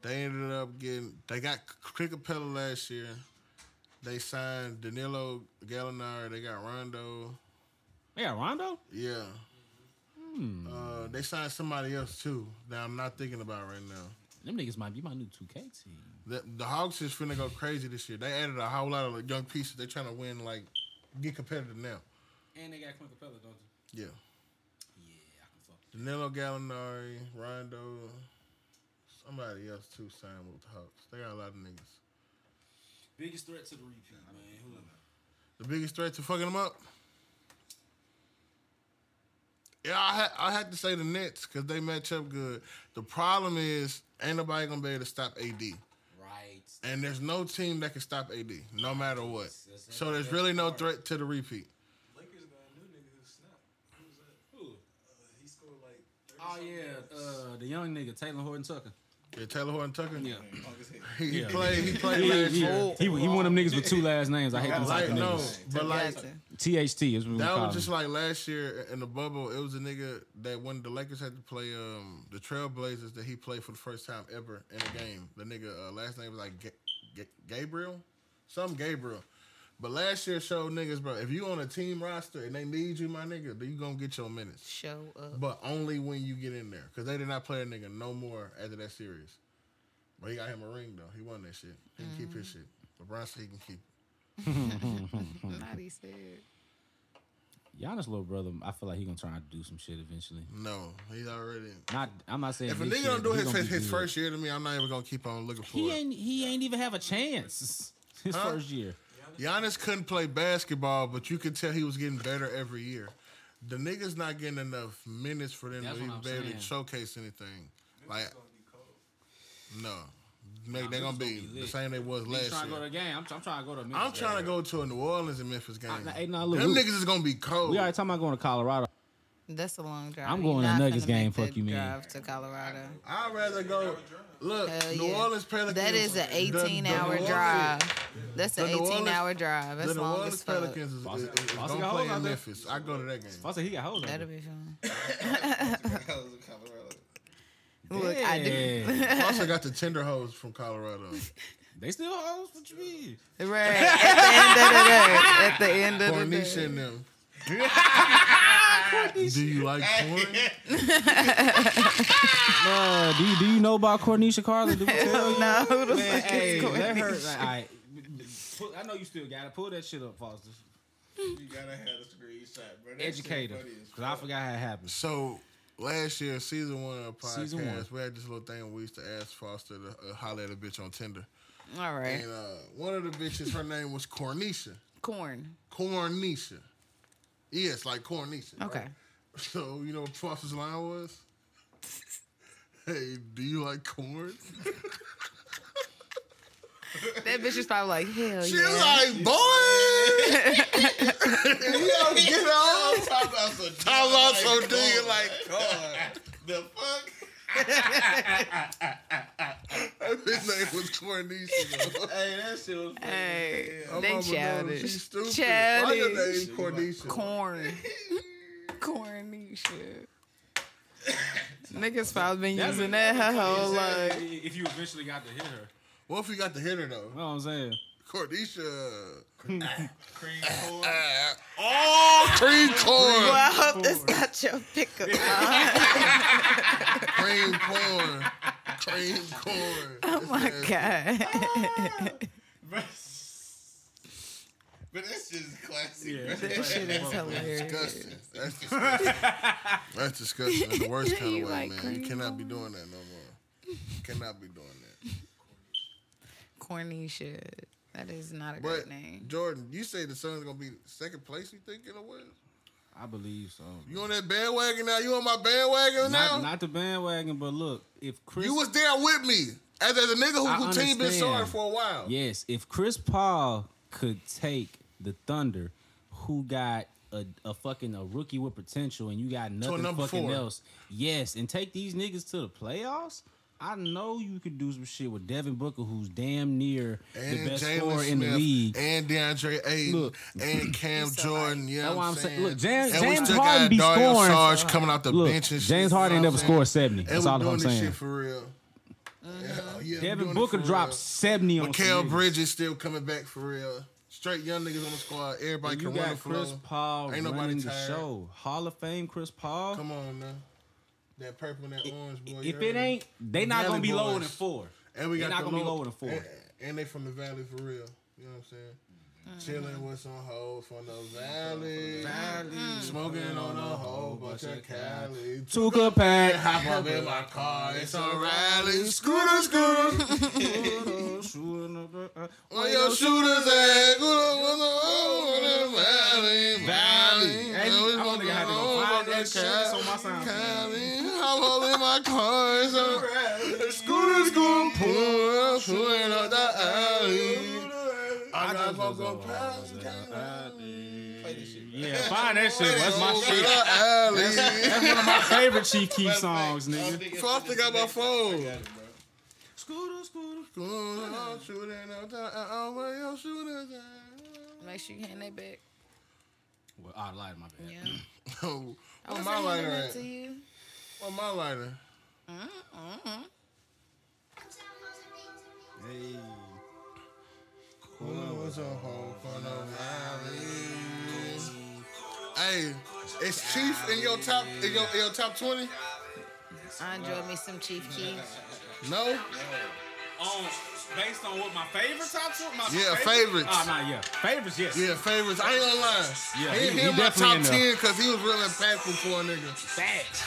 They ended up getting. They got Click Capella last year. They signed Danilo Gallinari. They got Rondo.
They got Rondo.
Yeah.
Hmm.
Uh, they signed somebody else too that I'm not thinking about right now.
Them niggas might be my new 2K team.
The, the Hawks is finna go crazy this year. They added a whole lot of like, young pieces. They're trying to win, like, get competitive now.
And they got Clint Capella, don't they?
Yeah.
Yeah, I can fuck.
Danilo Gallinari, Rondo, somebody else too signed with the Hawks. They got a lot of niggas.
Biggest threat to the repeat, man. Who?
The biggest threat to fucking them up? Yeah, I ha- I had to say the Nets because they match up good. The problem is, ain't nobody gonna be able to stop AD.
Right.
And there's no team that can stop AD, no matter what. So there's really no threat to the repeat.
Lakers got a new nigga who snapped. Who was that?
Who?
Uh, he scored like. 30
Oh
something
yeah,
points.
uh, the young nigga Taylor Horton Tucker.
Yeah, Taylor Horton Tucker.
Yeah.
He, he
Yeah.
played. He played
He,
last
he,
year.
he, he one of them niggas with two last names. I hate them type
Like
of
no,
niggas.
but like
THT is what we
that
call
was just
him.
like last year in the bubble. It was a nigga that when the Lakers had to play um the Trailblazers that he played for the first time ever in a game. The nigga uh, last name was like Ga- Ga- Gabriel, some Gabriel. But last year showed niggas, bro. If you on a team roster and they need you, my nigga, then you gonna get your minutes.
Show up.
But only when you get in there. Because they did not play a nigga no more after that series. But he got him a ring, though. He won that shit. He can keep his
Mm.
shit. LeBron said he can keep it.
Hmm.
Naughty said.
Giannis' little brother. I feel like he gonna try to do some shit eventually.
No, he's already.
Not. I'm not saying
If a
his
nigga
shit,
don't do
he
his,
gonna
his,
be
his
good.
first year to me, I'm not even going to keep on looking for
He
it.
ain't. He ain't even have a chance. His first year.
Giannis couldn't play basketball, but you could tell he was getting better every year. The nigga's not getting enough minutes for them
That's
to
what
even
I'm
barely
saying.
showcase anything. Like,
Gonna be cold.
no. They're
Memphis
going
gonna
to be
be
the
lit.
same they was
He's
last
trying to
year.
go to the game. I'm, I'm trying to go to. Memphis
I'm trying to
game.
go to a New Orleans and Memphis game.
nah, hey, nah, look,
Them
we-
niggas is gonna be cold.
We already talking about going to Colorado.
That's a long drive.
I'm
You're
going to
not
Nuggets
finna
game,
make the
fuck you, man.
Drive to Colorado.
I'd rather go. Look,
Hell
New
yeah.
Orleans Pelicans.
That is an
the- the
18
New
hour
Orleans-
drive. That's an
The New
18
Orleans-
hour drive.
The
That's
New
long
Orleans
as fuck.
Pelicans is, is,
Boston-
is
Boston
gonna
got hoes
play
out
in
there.
Memphis. I go to that game.
I said he got hoes. out
That'll
there.
be fun.
Look,
I do.
Boston got the tender hoes from Colorado.
they still hoes. What you mean?
Right. At the end of the day. At the end of the
Cornisha
day.
and them. Do you like corn?
Uh, do you do you know about Cornisha Carla? Did we tell you?
No, who the
Man,
fuck
hey,
is
that
Courtney?
hurt. Like, I, pull- I know you still got it. Pull that shit up, Foster.
You gotta have a screenshot, bro. That shit
Educator,
funny as
because I
fuck.
forgot how it happened.
So last year, season one of the podcast,
Season one.
we had this little thing we used to ask Foster to uh, holler at a bitch on Tinder,
All right.
and uh, one of the bitches, her name was Cornisha.
Corn.
Cornisha. Yes, like Cornisha. right?
Okay.
So you know what Frost's line was? hey, do you like corn?
That bitch is probably like, hell
She
yeah.
like, boy, you don't get off.
Talk about some
I lost so
like
do you like corn?
corn. the fuck?
His name was Cornisha. though.
Hey, that shit was funny.
hey,
Her
they
mama knows She's
childish.
stupid. Why your
Childish.
name Cornisha?
Corn. Corny shit. Niggas probably been using that her whole
Oh,
life.
If you eventually got to hit her.
What if we got the hitter though?
You know what I'm saying?
Cornisha.
Cream corn.
Oh, cream
Well,
corn.
I hope that's not your pickup Oh
cream
line.
corn. Cream corn.
Oh my god.
Bruh. but that shit is classic.
Yeah.
bro.
That shit is hilarious.
disgusting. That's disgusting. That's disgusting in the worst kind
You
of way,
like
man.
cream
You cannot be
corn?
doing that no more. You cannot be doing that.
Corny shit. That is not a
But
good name.
Jordan, you say the Suns gonna be second place. You think in the West?
I believe so.
You on that bandwagon now? You on my bandwagon now?
Not, not the bandwagon, but look, if Chris,
you was there with me as, as a nigga who,
I
who team been
understand.
sorry for a while.
yes, if Chris Paul could take the Thunder, who got a, a fucking a rookie with potential, and you got nothing
number
fucking
four.
else, yes, and take these niggas to the playoffs. I know you could do some shit with Devin Booker, who's damn near the
And
best
Jalen
scorer
Smith
in the league.
and DeAndre Ayton
Look.
and Cam
so
Jordan. Yeah, you
That's
know
why
what
I'm
I'm
saying-
saying.
look, James-
and
James
we still
Harden
got
be
Dario
scoring.
Sarge coming out the
Look,
bench and shit.
James
you
Harden
know
never
what I'm
scored
saying?
70. That's
and
all
we
I'm
doing this
saying.
shit for real. Yeah, yeah, we doing
Devin
it
Booker
for
dropped
real.
70 on
Mikael
some niggas.
Bridges still coming back for real. Straight young niggas on the squad. Everybody
And you
can run the
got
floor.
Chris Paul
Ain't nobody
running the
tired.
show. Hall of Fame Chris Paul.
Come on now. That purple and that orange boy. you
if
heard
it
me.
ain't, they not
Valley
gonna be lower
boys.
than four.
and we
they
got
not
the
gonna be
low-
lower than four.
And, and they from the valley for real. You know what I'm saying? Chilling with some hoes from the valley. Mm-hmm. Smoking on a whole bunch of Cali.
Tuka pack.
Hop up in my car, it's a rally. Scooter, scooter. Where your shooters at? Scooter, what's up? Valley, valley.
Hey, I don't think I had to go find that shit. It's on my sound.
Cali. I'm all in my car, it's a rally. Scooter, scooter. Pull up, shooting up the alley. I got my go past
Yeah, find that shit. That's my shit.
shit.
That's one of my favorite Chief Keef songs, nigga.
I still got my phone.
Scooter, scooter.
Ooh, shooting up the alley. Where your shooters at?
Make sure you hand that back.
Well, I lied, my bad.
Yeah.
Oh,
I
where
was
my
handing
lighter
that
at?
to you.
Where my lighter? What's a hole for no valley? Hey, it's Chief in your top in your, in your top twenty?
I enjoyed me some Chief Keef.
No.
On Oh, based on what my favorite top two, my
Yeah, favorites. Ah,
Oh, nah, yeah, favorites. Yes.
Yeah, favorites. I ain't gonna lie.
Yeah,
he,
he-
he,
he
in my
definitely
top
in there.
ten because he was real impactful for a nigga.
Facts.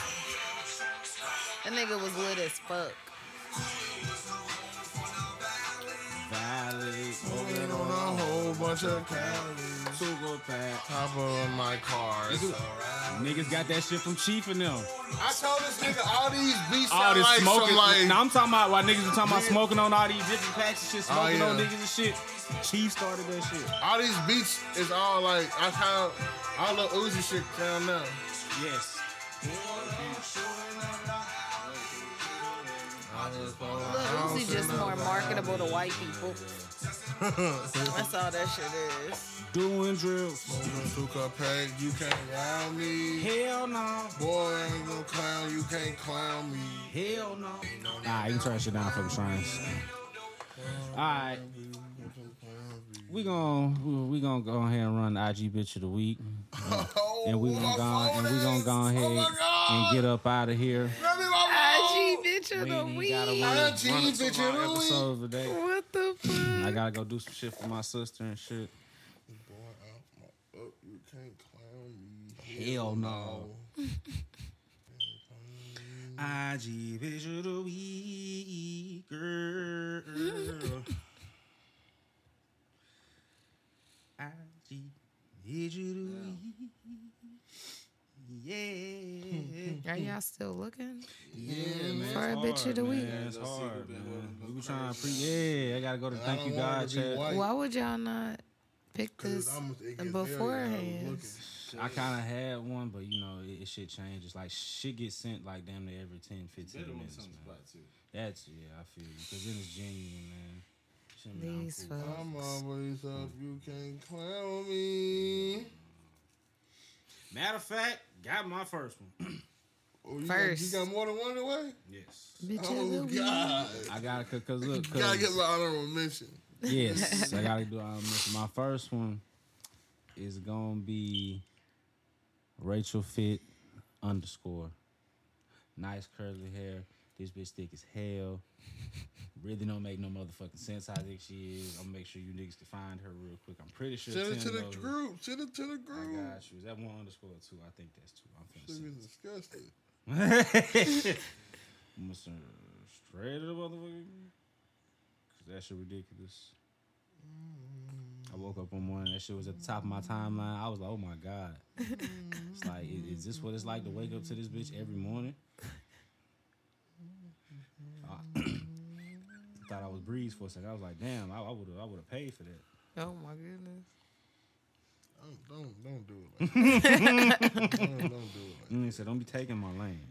That nigga was lit as fuck.
Valley.
Smoking on a whole bunch of calories.
Tuka pack.
Top of my car. It's
Nigga-
alright.
Niggas got that shit from Chief and them.
I told this nigga all these beats
all
sound
this
like
smoking.
some like.
now I'm talking about why niggas were talking about
Yeah.
smoking on all these different packs and shit,
Oh,
smoking on
yeah.
niggas and shit. Chief started that shit.
All these beats is all like that's how all the Uzi shit down now.
Yes.
Look, Uzi just more marketable to white people. That's all that shit is.
Doing drills.
Tuka pack, you can't round me.
Hell no.
Boy, I ain't gonna clown, you can't clown me.
Hell no. Nah, you can turn shit down for the trains. Alright. We gon' we gon' go ahead and run the IG bitch of the week.
Oh,
And we
my
gonna go
phone
and we gonna
is-
go ahead
oh my God.
and get up out of here.
Let me my
IG bitch of
We
the
ain't gotta
week.
run,
IG
run a
bitch of
two-hour
the week.
episode of the day.
What the fuck?
I gotta go do some shit for my sister and shit.
phone. Boy, I'm my up, you can't clown me.
Hell no. IG Vision of the Week, girl. IG Vision of the Week.
Are y'all still looking?
Yeah. Yeah, man.
For a
it's
bitch of the
hard,
week.
man, It's hard, man. We were trying to pre. Yeah, I gotta go to
I
Thank
don't
You
want her
God
to be
chat.
white.
Why would y'all not pick
Cause
this
I'm as ignorant as hell, yeah, I
beforehand?
was
I kind of had one, but you know, it, it shit changes. Like, shit gets sent like damn near every 10, 15 minutes. Man. That's, yeah, I feel you. Because then it's genuine, man. Shit, man, I'm
These
cool.
folks.
I'm always up, you can't clown me.
Matter of fact, got my first one.
Oh, you
First.
Got, you got more than one away?
yes.
Bitch of the
Oh,
week.
God.
I gotta, cause, cause look,
You gotta get
cause,
my honorable mention.
yes, I gotta do. Um, this. my first one is gonna be Rachel Fit underscore. Nice curly hair. This bitch thick as hell. Really don't make no motherfucking sense how thick she is. I'm gonna make sure you niggas can find her real quick. I'm pretty sure.
Send it
10
to the
knows.
group. Send it to the
I
group.
got you. Is that one underscore or two? I think that's two. I'm finna
This
send
nigga's disgusting.
Mr. Straight to the motherfucker. Cause that shit ridiculous. I woke up one morning, that shit was at the top of my timeline. I was like, oh my God. it's like, i- is, this what it's like to wake up to this bitch every morning? I thought I was breezed for a second. I was like, damn, I would have I would have paid for that.
Oh my goodness.
Don't, don't, don't do it like that. don't, don't do it like
And they said, don't be taking my lane.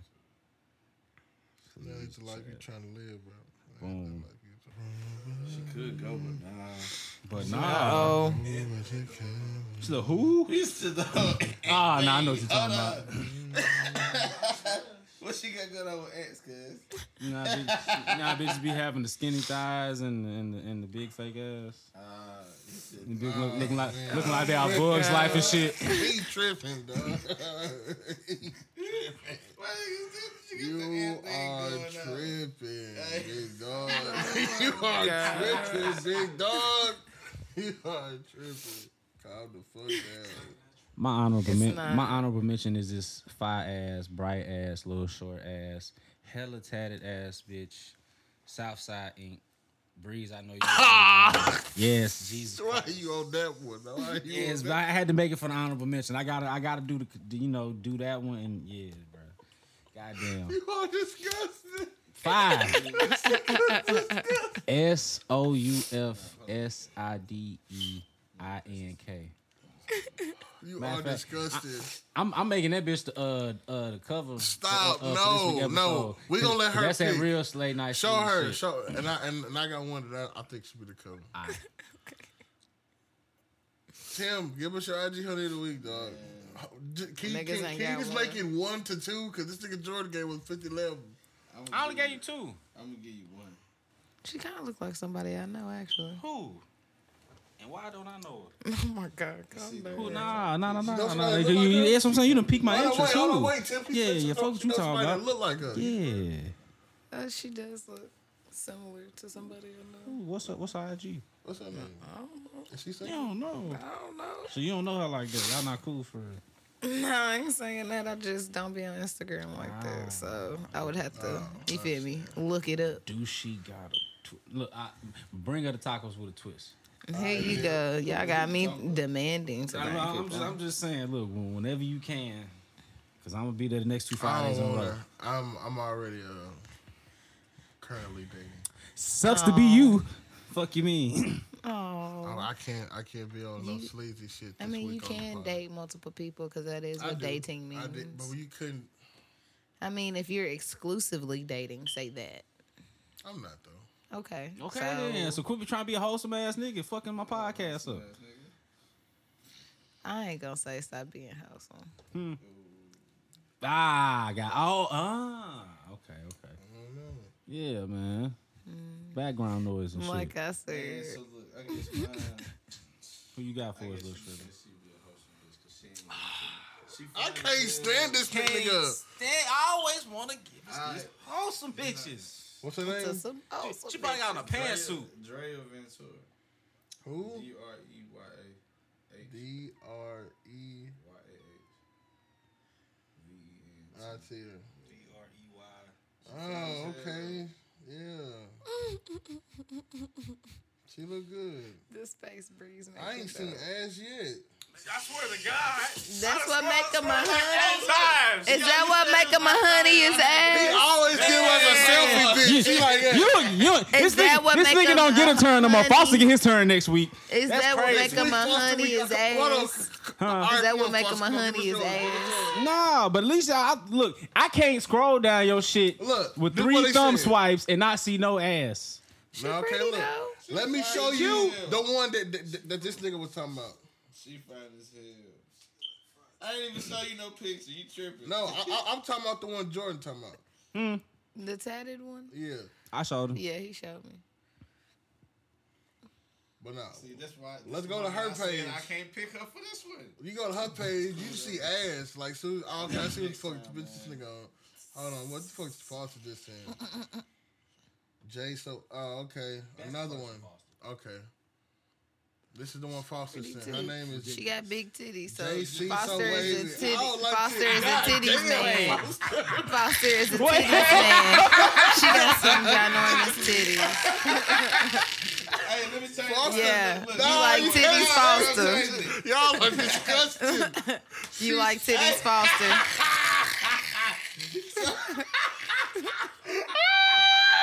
So
That ain't the life you trying to live, bro. That ain't the
Boom.
life you trying-
She could go, but nah.
But nah,
Oh,
it's the who?
Used to though.
Ah, nah, I know what you're talking about.
What she got good over X, cuz?
You know, how bitches, you know how bitches be having the skinny thighs and and the, and the big fake ass,
Uh, this shit-
and big, look, looking like
Oh,
looking like they out bugs life and shit.
He tripping, dog.
Why you said she got the
you
X thing
are
going on?
tripping, big dog. You are tripping, big dog. You are tripping. Calm the fuck down.
My honorable men-
not.
my honorable mention is this fire ass, bright ass, little short ass, hella tatted ass bitch, Southside Inc. Breeze, I know you. yes, Jesus.
Why you on that one? dog? Why you
Yes,
on
but
that?
I had to make it for the honorable mention. I gotta, I gotta do the, you know, do that one and yeah, bro. Goddamn.
You are disgusting.
Five. S O U F S I D E I N K.
You
Matter
are
of fact,
disgusting.
I'm I'm making that bitch the uh uh the cover.
Stop.
uh, uh, for this
No,
week episode.
no. We gonna let her
That's that
pick.
real slay night.
Show
shit and
her.
shit.
Show and I and, and I got one that I, I think should be the cover.
Alright.
Tim, give us your IG honey of the week, dog. J- Can, you-
Niggas
can,
ain't
can you
got
just
one.
make it one to two? Because this nigga Jordan game was 50 left.
I'm
I
gonna
only
give
gave
you,
you two.
I'm gonna give you one.
she kind of looked like somebody I know, actually.
Who? And why don't I know it?
Oh my god, calm
Who?
down.
Nah, nah, nah,
know
nah. nah.
somebody that
You,
look like
you,
her?
that's what I'm saying. You done piqued my
Hold on, wait,
interest
hold on,
too.
wait, Tim.
Yeah,
you
yeah, fuck what you talking
somebody that
about.
look like her.
Yeah.
Uh, she does look similar to somebody I know.
Ooh, What's up? What's her IG? You
What's her name? Is she saying?
don't know.
I don't know.
So you don't know her like that. Y'all not cool for her.
No, I ain't saying that. I just don't be on Instagram like
Ah.
that. So I would have
Oh,
to, you feel me, look it up.
Do she got a tw- look? I, bring her the tacos with a twist.
Ah,
Here you go. Y'all got me demanding
I
tonight.
am just, I'm just saying. Look, when- whenever you can, because I'm gonna be there the next two
I
Fridays
don't
on
want
row.
her. I'm, I'm already uh, currently dating.
Sucks to be you. Fuck you mean?
Oh,
Oh, I can't. I can't be on no sleazy shit.
I
this
mean, you
week on the
can
pod.
date multiple people because that is
I
what
do.
dating means.
I did, but you couldn't.
I mean, if you're exclusively dating, say that.
I'm not though.
Okay.
Okay,
So,
then. So quit be trying to be a wholesome ass nigga, fucking my podcast up.
I ain't gonna say stop being wholesome.
Ah, I got oh ah. Okay, okay. Yeah, man. Mm. Background noise and
Like
shit.
I
Yeah,
said,
so look, I guess mine.
Who you got for
I
us,
guess
little Ah,
you
shit?
can say she be a host of this, 'cause she ain't- she
I
fine,
can't
yeah.
stand this nigga.
I always want to give
us these
wholesome bitches.
What's her name?
to some wholesome
She probably got on a pantsuit.
Drea Ventura.
Who?
D R E Y A H Y
D R E
A H. V E N.
I T. Oh, okay. Yeah. She look good.
The space breeze. make
I
it
ain't seen
up.
ass yet.
I swear to God.
That's what make him a honey.
Times.
Is that what make him a honey? Is
He
ass?
always give us a selfie bitch. She like, yeah.
You, you, this
that
nigga,
what
this
make
nigga
him
don't get a turn no more.
honey?
Foster get his turn next week.
Is
That's
that what
crazy.
make him a honey? Is ass?
Huh?
Is that what make him a honey? Is ass?
No, but at least I, I- look. I can't scroll down your shit
Look,
with
this what
three
they
thumb
said.
swipes and not see no ass.
She
No, okay,
pretty
look.
though.
Let me show you the one that, that that this nigga was talking about.
She fine as hell. I ain't even show you no picture. You tripping?
No, I, I, I'm talking about the one Jordan talking about.
The tatted one.
Yeah,
I showed him.
Yeah, he showed me.
but no.
See, that's why.
Let's
that's
go to
why
her
I said
page.
I can't pick her for this one.
You go to her page, you see ass. Like, soon, all I see what the fuck this bitch this nigga on. Hold on, what the fuck is Foster just saying? Jay, so, oh, okay. Another one. Okay. This is the one Foster
Pretty
saying. Her
titties.
name is
She got big titties, so
JC so
Foster is a
wavy. I don't
titty.
like
Foster
titties.
is a
God
titties
damn.
man. Foster is a titties
Wait.
man. She got some ginormous titties.
Hey, let me tell you.
Foster.
Yeah, you
No,
like
you
titties,
can't.
Foster.
Y'all are disgusting.
You like titties, Foster.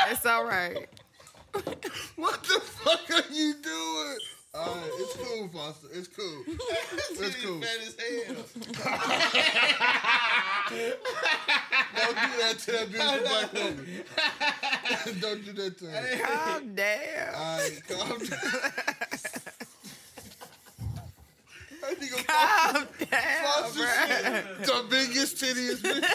It's all right.
What the fuck are you doing? All right, it's cool, Foster. It's cool. It's cool.
Fat as hell.
Don't do that to that beautiful black woman. Don't do that to her.
Calm down.
All right, calm down. That nigga Foster- Foster shit, the biggest tittiest bitch.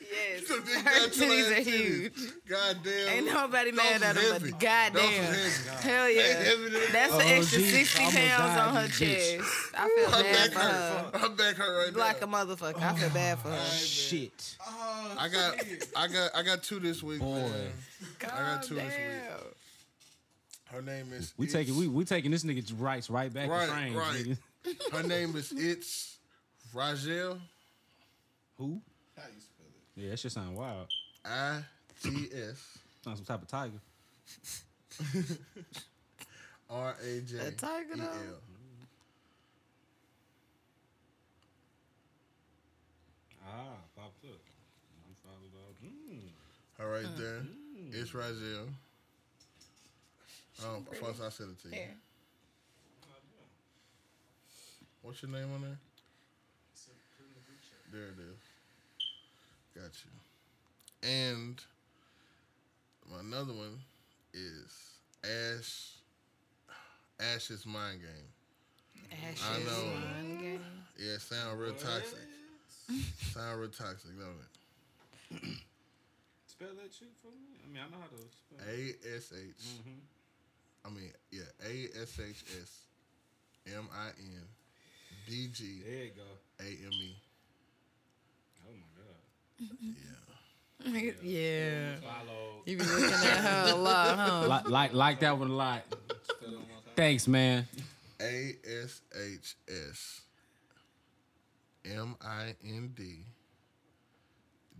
Yes.
The big
Her
natural
titties
ass
are huge.
God damn.
Ain't nobody
Those
mad at
is
her,
heavy. Those
but
is
goddamn.
heavy.
Hell
They
yeah.
heavy than-
That's an
Oh,
extra
geez,
60
I'ma
pounds
die
on her
this bitch.
chest. I feel
Her
bad
back
for her.
hurt. Her back hurt right
Like a
now.
motherfucker. I feel bad for her.
Shit.
I got, I got, I got two this week.
Boy.
man. I got two this week.
Damn.
Her name is.
We
It's-
taking we we taking this nigga's rights right back
Right,
to frames,
right.
nigga.
Her name is It's Rajel.
Who? Yeah, that shit sound wild.
I T S
Sound some type of tiger.
R A J
A tiger
E
though?
L.
Ah, popped up. I'm probably about. Mm.
All right there. It's Razel. Um, plus I sent it to you.
Here.
What's your name on there? There it is. Got you. And my another one is Ash. Ash's mind game. I know. Yeah, it sound real toxic. sound real toxic, don't it?
Spell that shit for me. I mean, I know how to spell.
A S H. I mean, yeah, A S H S M I N D G
There you go.
A M E.
Oh my
Yeah.
god. Follow.
You be looking at her a lot, huh?
like, like like that one a lot. Thanks, man.
A S H S M I N D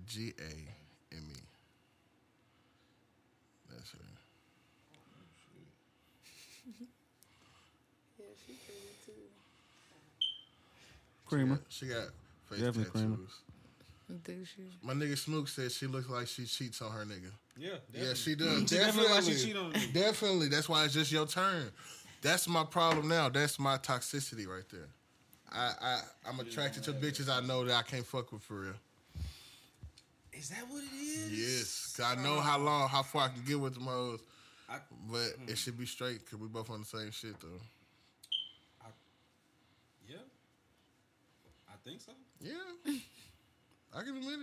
G A M E. That's her.
Creamer.
She got face
Definitely
tattoos.
creamer.
Douchey.
My nigga Smook said she looks like she cheats on her nigga.
Yeah.
Yeah, she does.
definitely
definitely.
like she cheat on you.
Definitely. That's why it's just your turn. That's my problem now. That's my toxicity right there. I, I I'm attracted to bitches I know that I can't fuck with for real.
Is that what it is?
Yes, 'cause I know how long, how far I can get with them hoes.
I- Mm-hmm.
But it should be straight, cause we both on the same shit though.
Yeah. I think so.
Yeah, I can admit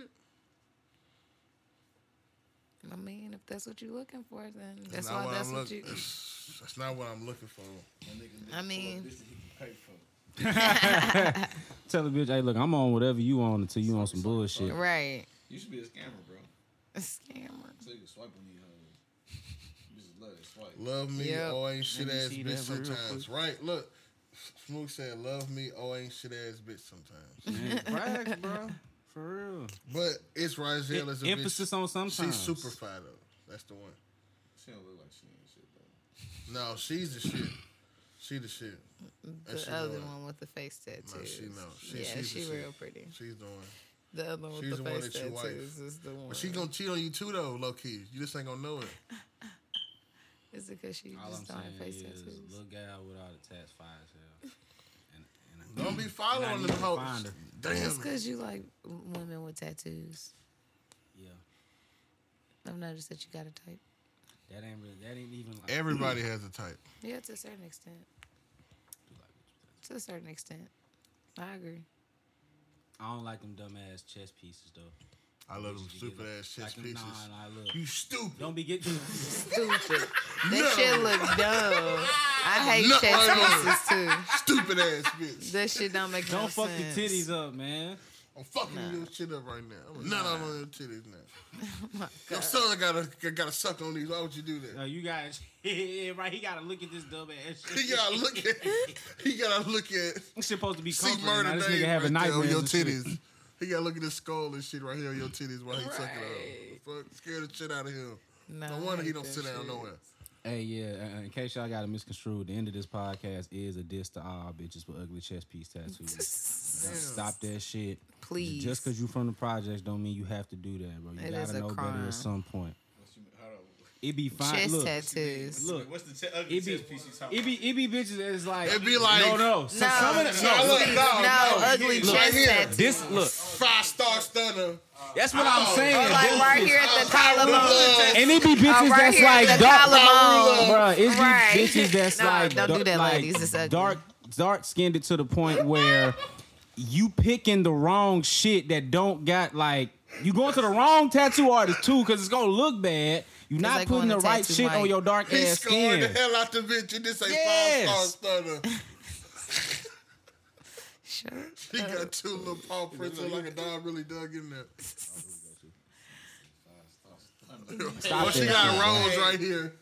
it.
I mean, if that's what you're looking for, then
That's
that's
not
why
what
that's
I'm
what
looking.
you.
That's that's not what I'm looking for.
I mean,
Tell the bitch, hey, look, I'm on whatever you on until you on some bullshit.
right.
You should be a scammer, bro.
A scammer.
So you can swipe on these hoes. Bitches love that swipe.
Love me
Yep.
oh ain't shit
Let me
ass
see
bitch
that real
sometimes. Right? Look, Smook said, "Love me oh ain't shit ass bitch sometimes."
Facts, bro. For real. E-
but it's Rizal as a
Emphasis on
bitch.
sometimes.
She's super fly though. That's the one.
She don't look like she ain't shit though.
No, she's the shit. She the shit.
The
And she
other
know it.
one with the face tattoos.
she know. She-
yeah,
she's the
she
shit.
real pretty.
She's the one.
The other one with
She's
the,
the one
face
that you wife.
tattoos is the one.
But she gonna cheat on you too though, low key. You just ain't gonna know it.
Is it because she
All I'm
just don't have
saying
face
is,
tattoos?
look out with all the tats fire as hell. And, and
Don't be
And I
following
need
them
to
hoes.
find her.
It's
Damn.
because you like women with tattoos.
yeah,
I've noticed that you got a type.
that ain't really. That ain't even like.
Everybody has a type.
Yeah, to a certain extent. To a certain extent. I agree.
I don't like them dumb ass chess pieces though.
I love them
Bitches be
stupid
getting-
ass shit
like them-
pieces.
Nah, nah, look.
You stupid.
Don't be getting.
Stupid. That shit look dumb. I hate
No, I
chest pieces too.
stupid ass bitch.
That shit don't make no
don't fuck
sense.
your titties up, man.
I'm fucking your shit up right now. I'm not nah. on your titties now. Your son gotta gotta suck on these. Why would you do
No,
that?
Uh, you got right. He gotta look at this dumb ass shit.
He gotta look at. He gotta look at.
It's supposed to be
See
comforting.
murder
now this
Dave
nigga having
right there on
nightmares
your
and shit.
titties. He gotta look at his skull and shit right here on your titties while he sucking it up. Fuck, scare the shit out of him.
Nah,
No
I
wonder he
hate
don't
that
sit down
shit.
nowhere.
Hey, yeah. uh, In case y'all got it misconstrued, the end of this podcast is a diss to all bitches with ugly chest piece tattoos. Stop that shit.
Please.
Just because you from the projects don't mean you have to do that, bro. You
It is
gotta
a
know better
crime.
at some point.
What's you, how do,
It be fine.
Chest
look,
tattoos.
look.
what's the te- ugly
It be,
chest piece you talking
it be, it be bitches is like,
It be like-
no, no. So
No,
some of the,
chest
look,
piece-
no,
no,
no.
ugly
Look,
chest
right here.
tattoos.
this, look,
five star stunner.
That's what I'm saying.
Or like right here at the collarbone.
and it be bitches
Or Oh, right
that's
here at
like
the
dark,
collarbone.
Bruh, It's
Right.
these bitches that's
No,
like
don't do
dar-
that,
like
ladies. It's ugly.
dark, dark skinned it to the point where you picking the wrong shit that don't got like you going to the wrong tattoo artist too because it's gonna look bad. You're
they
not
going
putting the
to
right
Tattoo
shit
Mike.
on your dark
He
ass
scored the
skin.
hell out the bitch, and this ain't five
Yes.
star stunner.
Shut
He got two little paw prints look like a dog really dug in there.
Stop
Oh, she
that
got
shit.
rolls right here.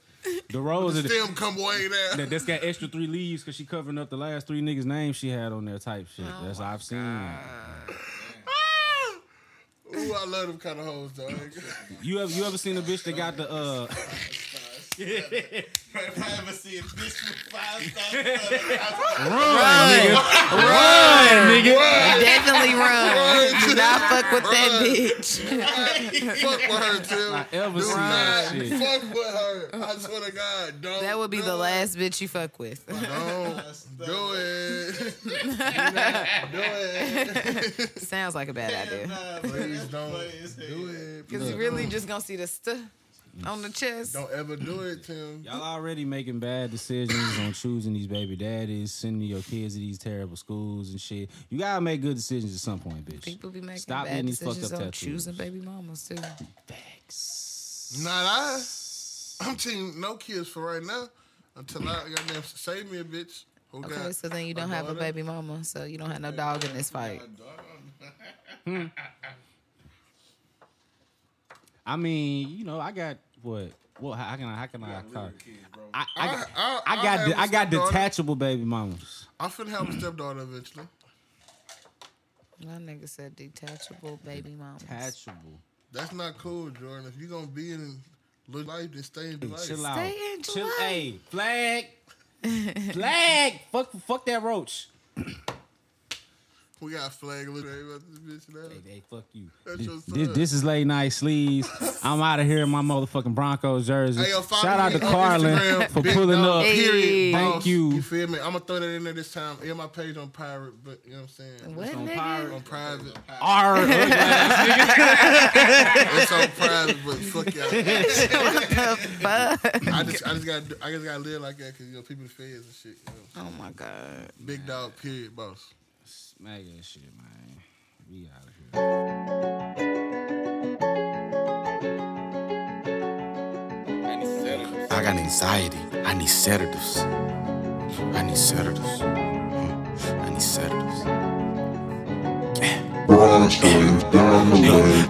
The rose of the-
Stem come way down.
that that's got extra three leaves because she covering up the last three niggas' names she had on there type shit.
Oh
that's what I've seen.
Ooh, I love them kind of hoes, dog.
You ever you ever seen a bitch that got the uh
If I ever see a bitch with five stars,
Definitely run. Do not fuck with that bitch.
Fuck with her, Tim. I
ever
Do
seen
not
that shit.
fuck with her. I swear to God, don't.
That would be the
don't.
last bitch you fuck with.
Don't do it. Do not do it.
Sounds like a bad idea.
Please don't do it.
Because you really just gonna see the stuff on the chest.
Don't ever do it, Tim.
Y'all already making bad decisions on choosing these baby daddies, sending your kids to these terrible schools and shit. You gotta make good decisions at some point, bitch.
People be making
Stop
bad
getting these fucked
decisions
up
on
tattoos.
choosing baby mamas too.
Not I. I'm team no kids for right now until I goddamn save me a bitch. Who got
Okay, so then you don't
my
have a
daughter?
baby mama, so you don't have no dog in this fight.
I mean, you know, I got what? Well, how how can I? How can I? call- I, I,
I, I,
I got
have
de-
a
I got
stepdaughter.
detachable baby mamas.
I'm finna have a stepdaughter eventually.
My nigga said detachable baby mamas.
Detachable.
That's not cool, Jordan. If you gonna be in little life, then stay in the
Hey,
life.
chill out.
Stay in
chill.
July.
Hey, flag. flag. Fuck, fuck that roach.
We got flag literally about this bitch now.
Hey, hey, fuck you.
That's
This,
your
this,
son.
this is late night sleeves. I'm out of here in my motherfucking Broncos jersey.
Hey, yo, follow
Shout out
me
to
on
Carlin
Instagram,
for
Big
pulling
Dog
up.
Hey.
Period.
Thank
boss.
you.
You feel me? I'm gonna throw that in there this time. Yeah, my page on pirate, but you know what I'm saying.
What
On
nigga?
On
Pirate.
private.
Our
It's on private, but fuck y'all. I just, I just got, to I just got to live like that because you know people the feds and shit. You know.
Oh my god.
Big dog, period, boss.
smack that shit, man. We out of here.
I got anxiety. I need sedatives. I need sedatives. Mm, I need sedatives.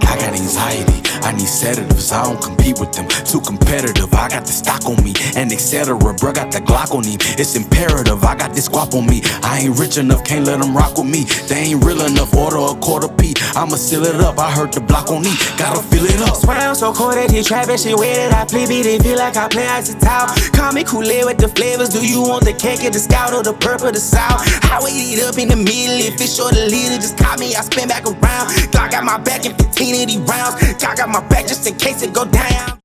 I got anxiety, I need sedatives. I don't compete with them, too competitive. I got the stock on me, and etc. Bruh, got the Glock on him, it's imperative. I got this guap on me. I ain't rich enough, can't let them rock with me. They ain't real enough, order a quarter P. I'ma seal it up, I heard the block on me, gotta fill it up.
Swear I'm so cold that they trap and she waited. I play beat it, feel like I play out the top. Call me Kool-Aid with the flavors. Do you want the cake or the scout or the purple, the south? I wait it up in the middle. If it's short, the leader just call me. I spin back around. God got my back in 15 of these rounds. God got my back just in case it go down.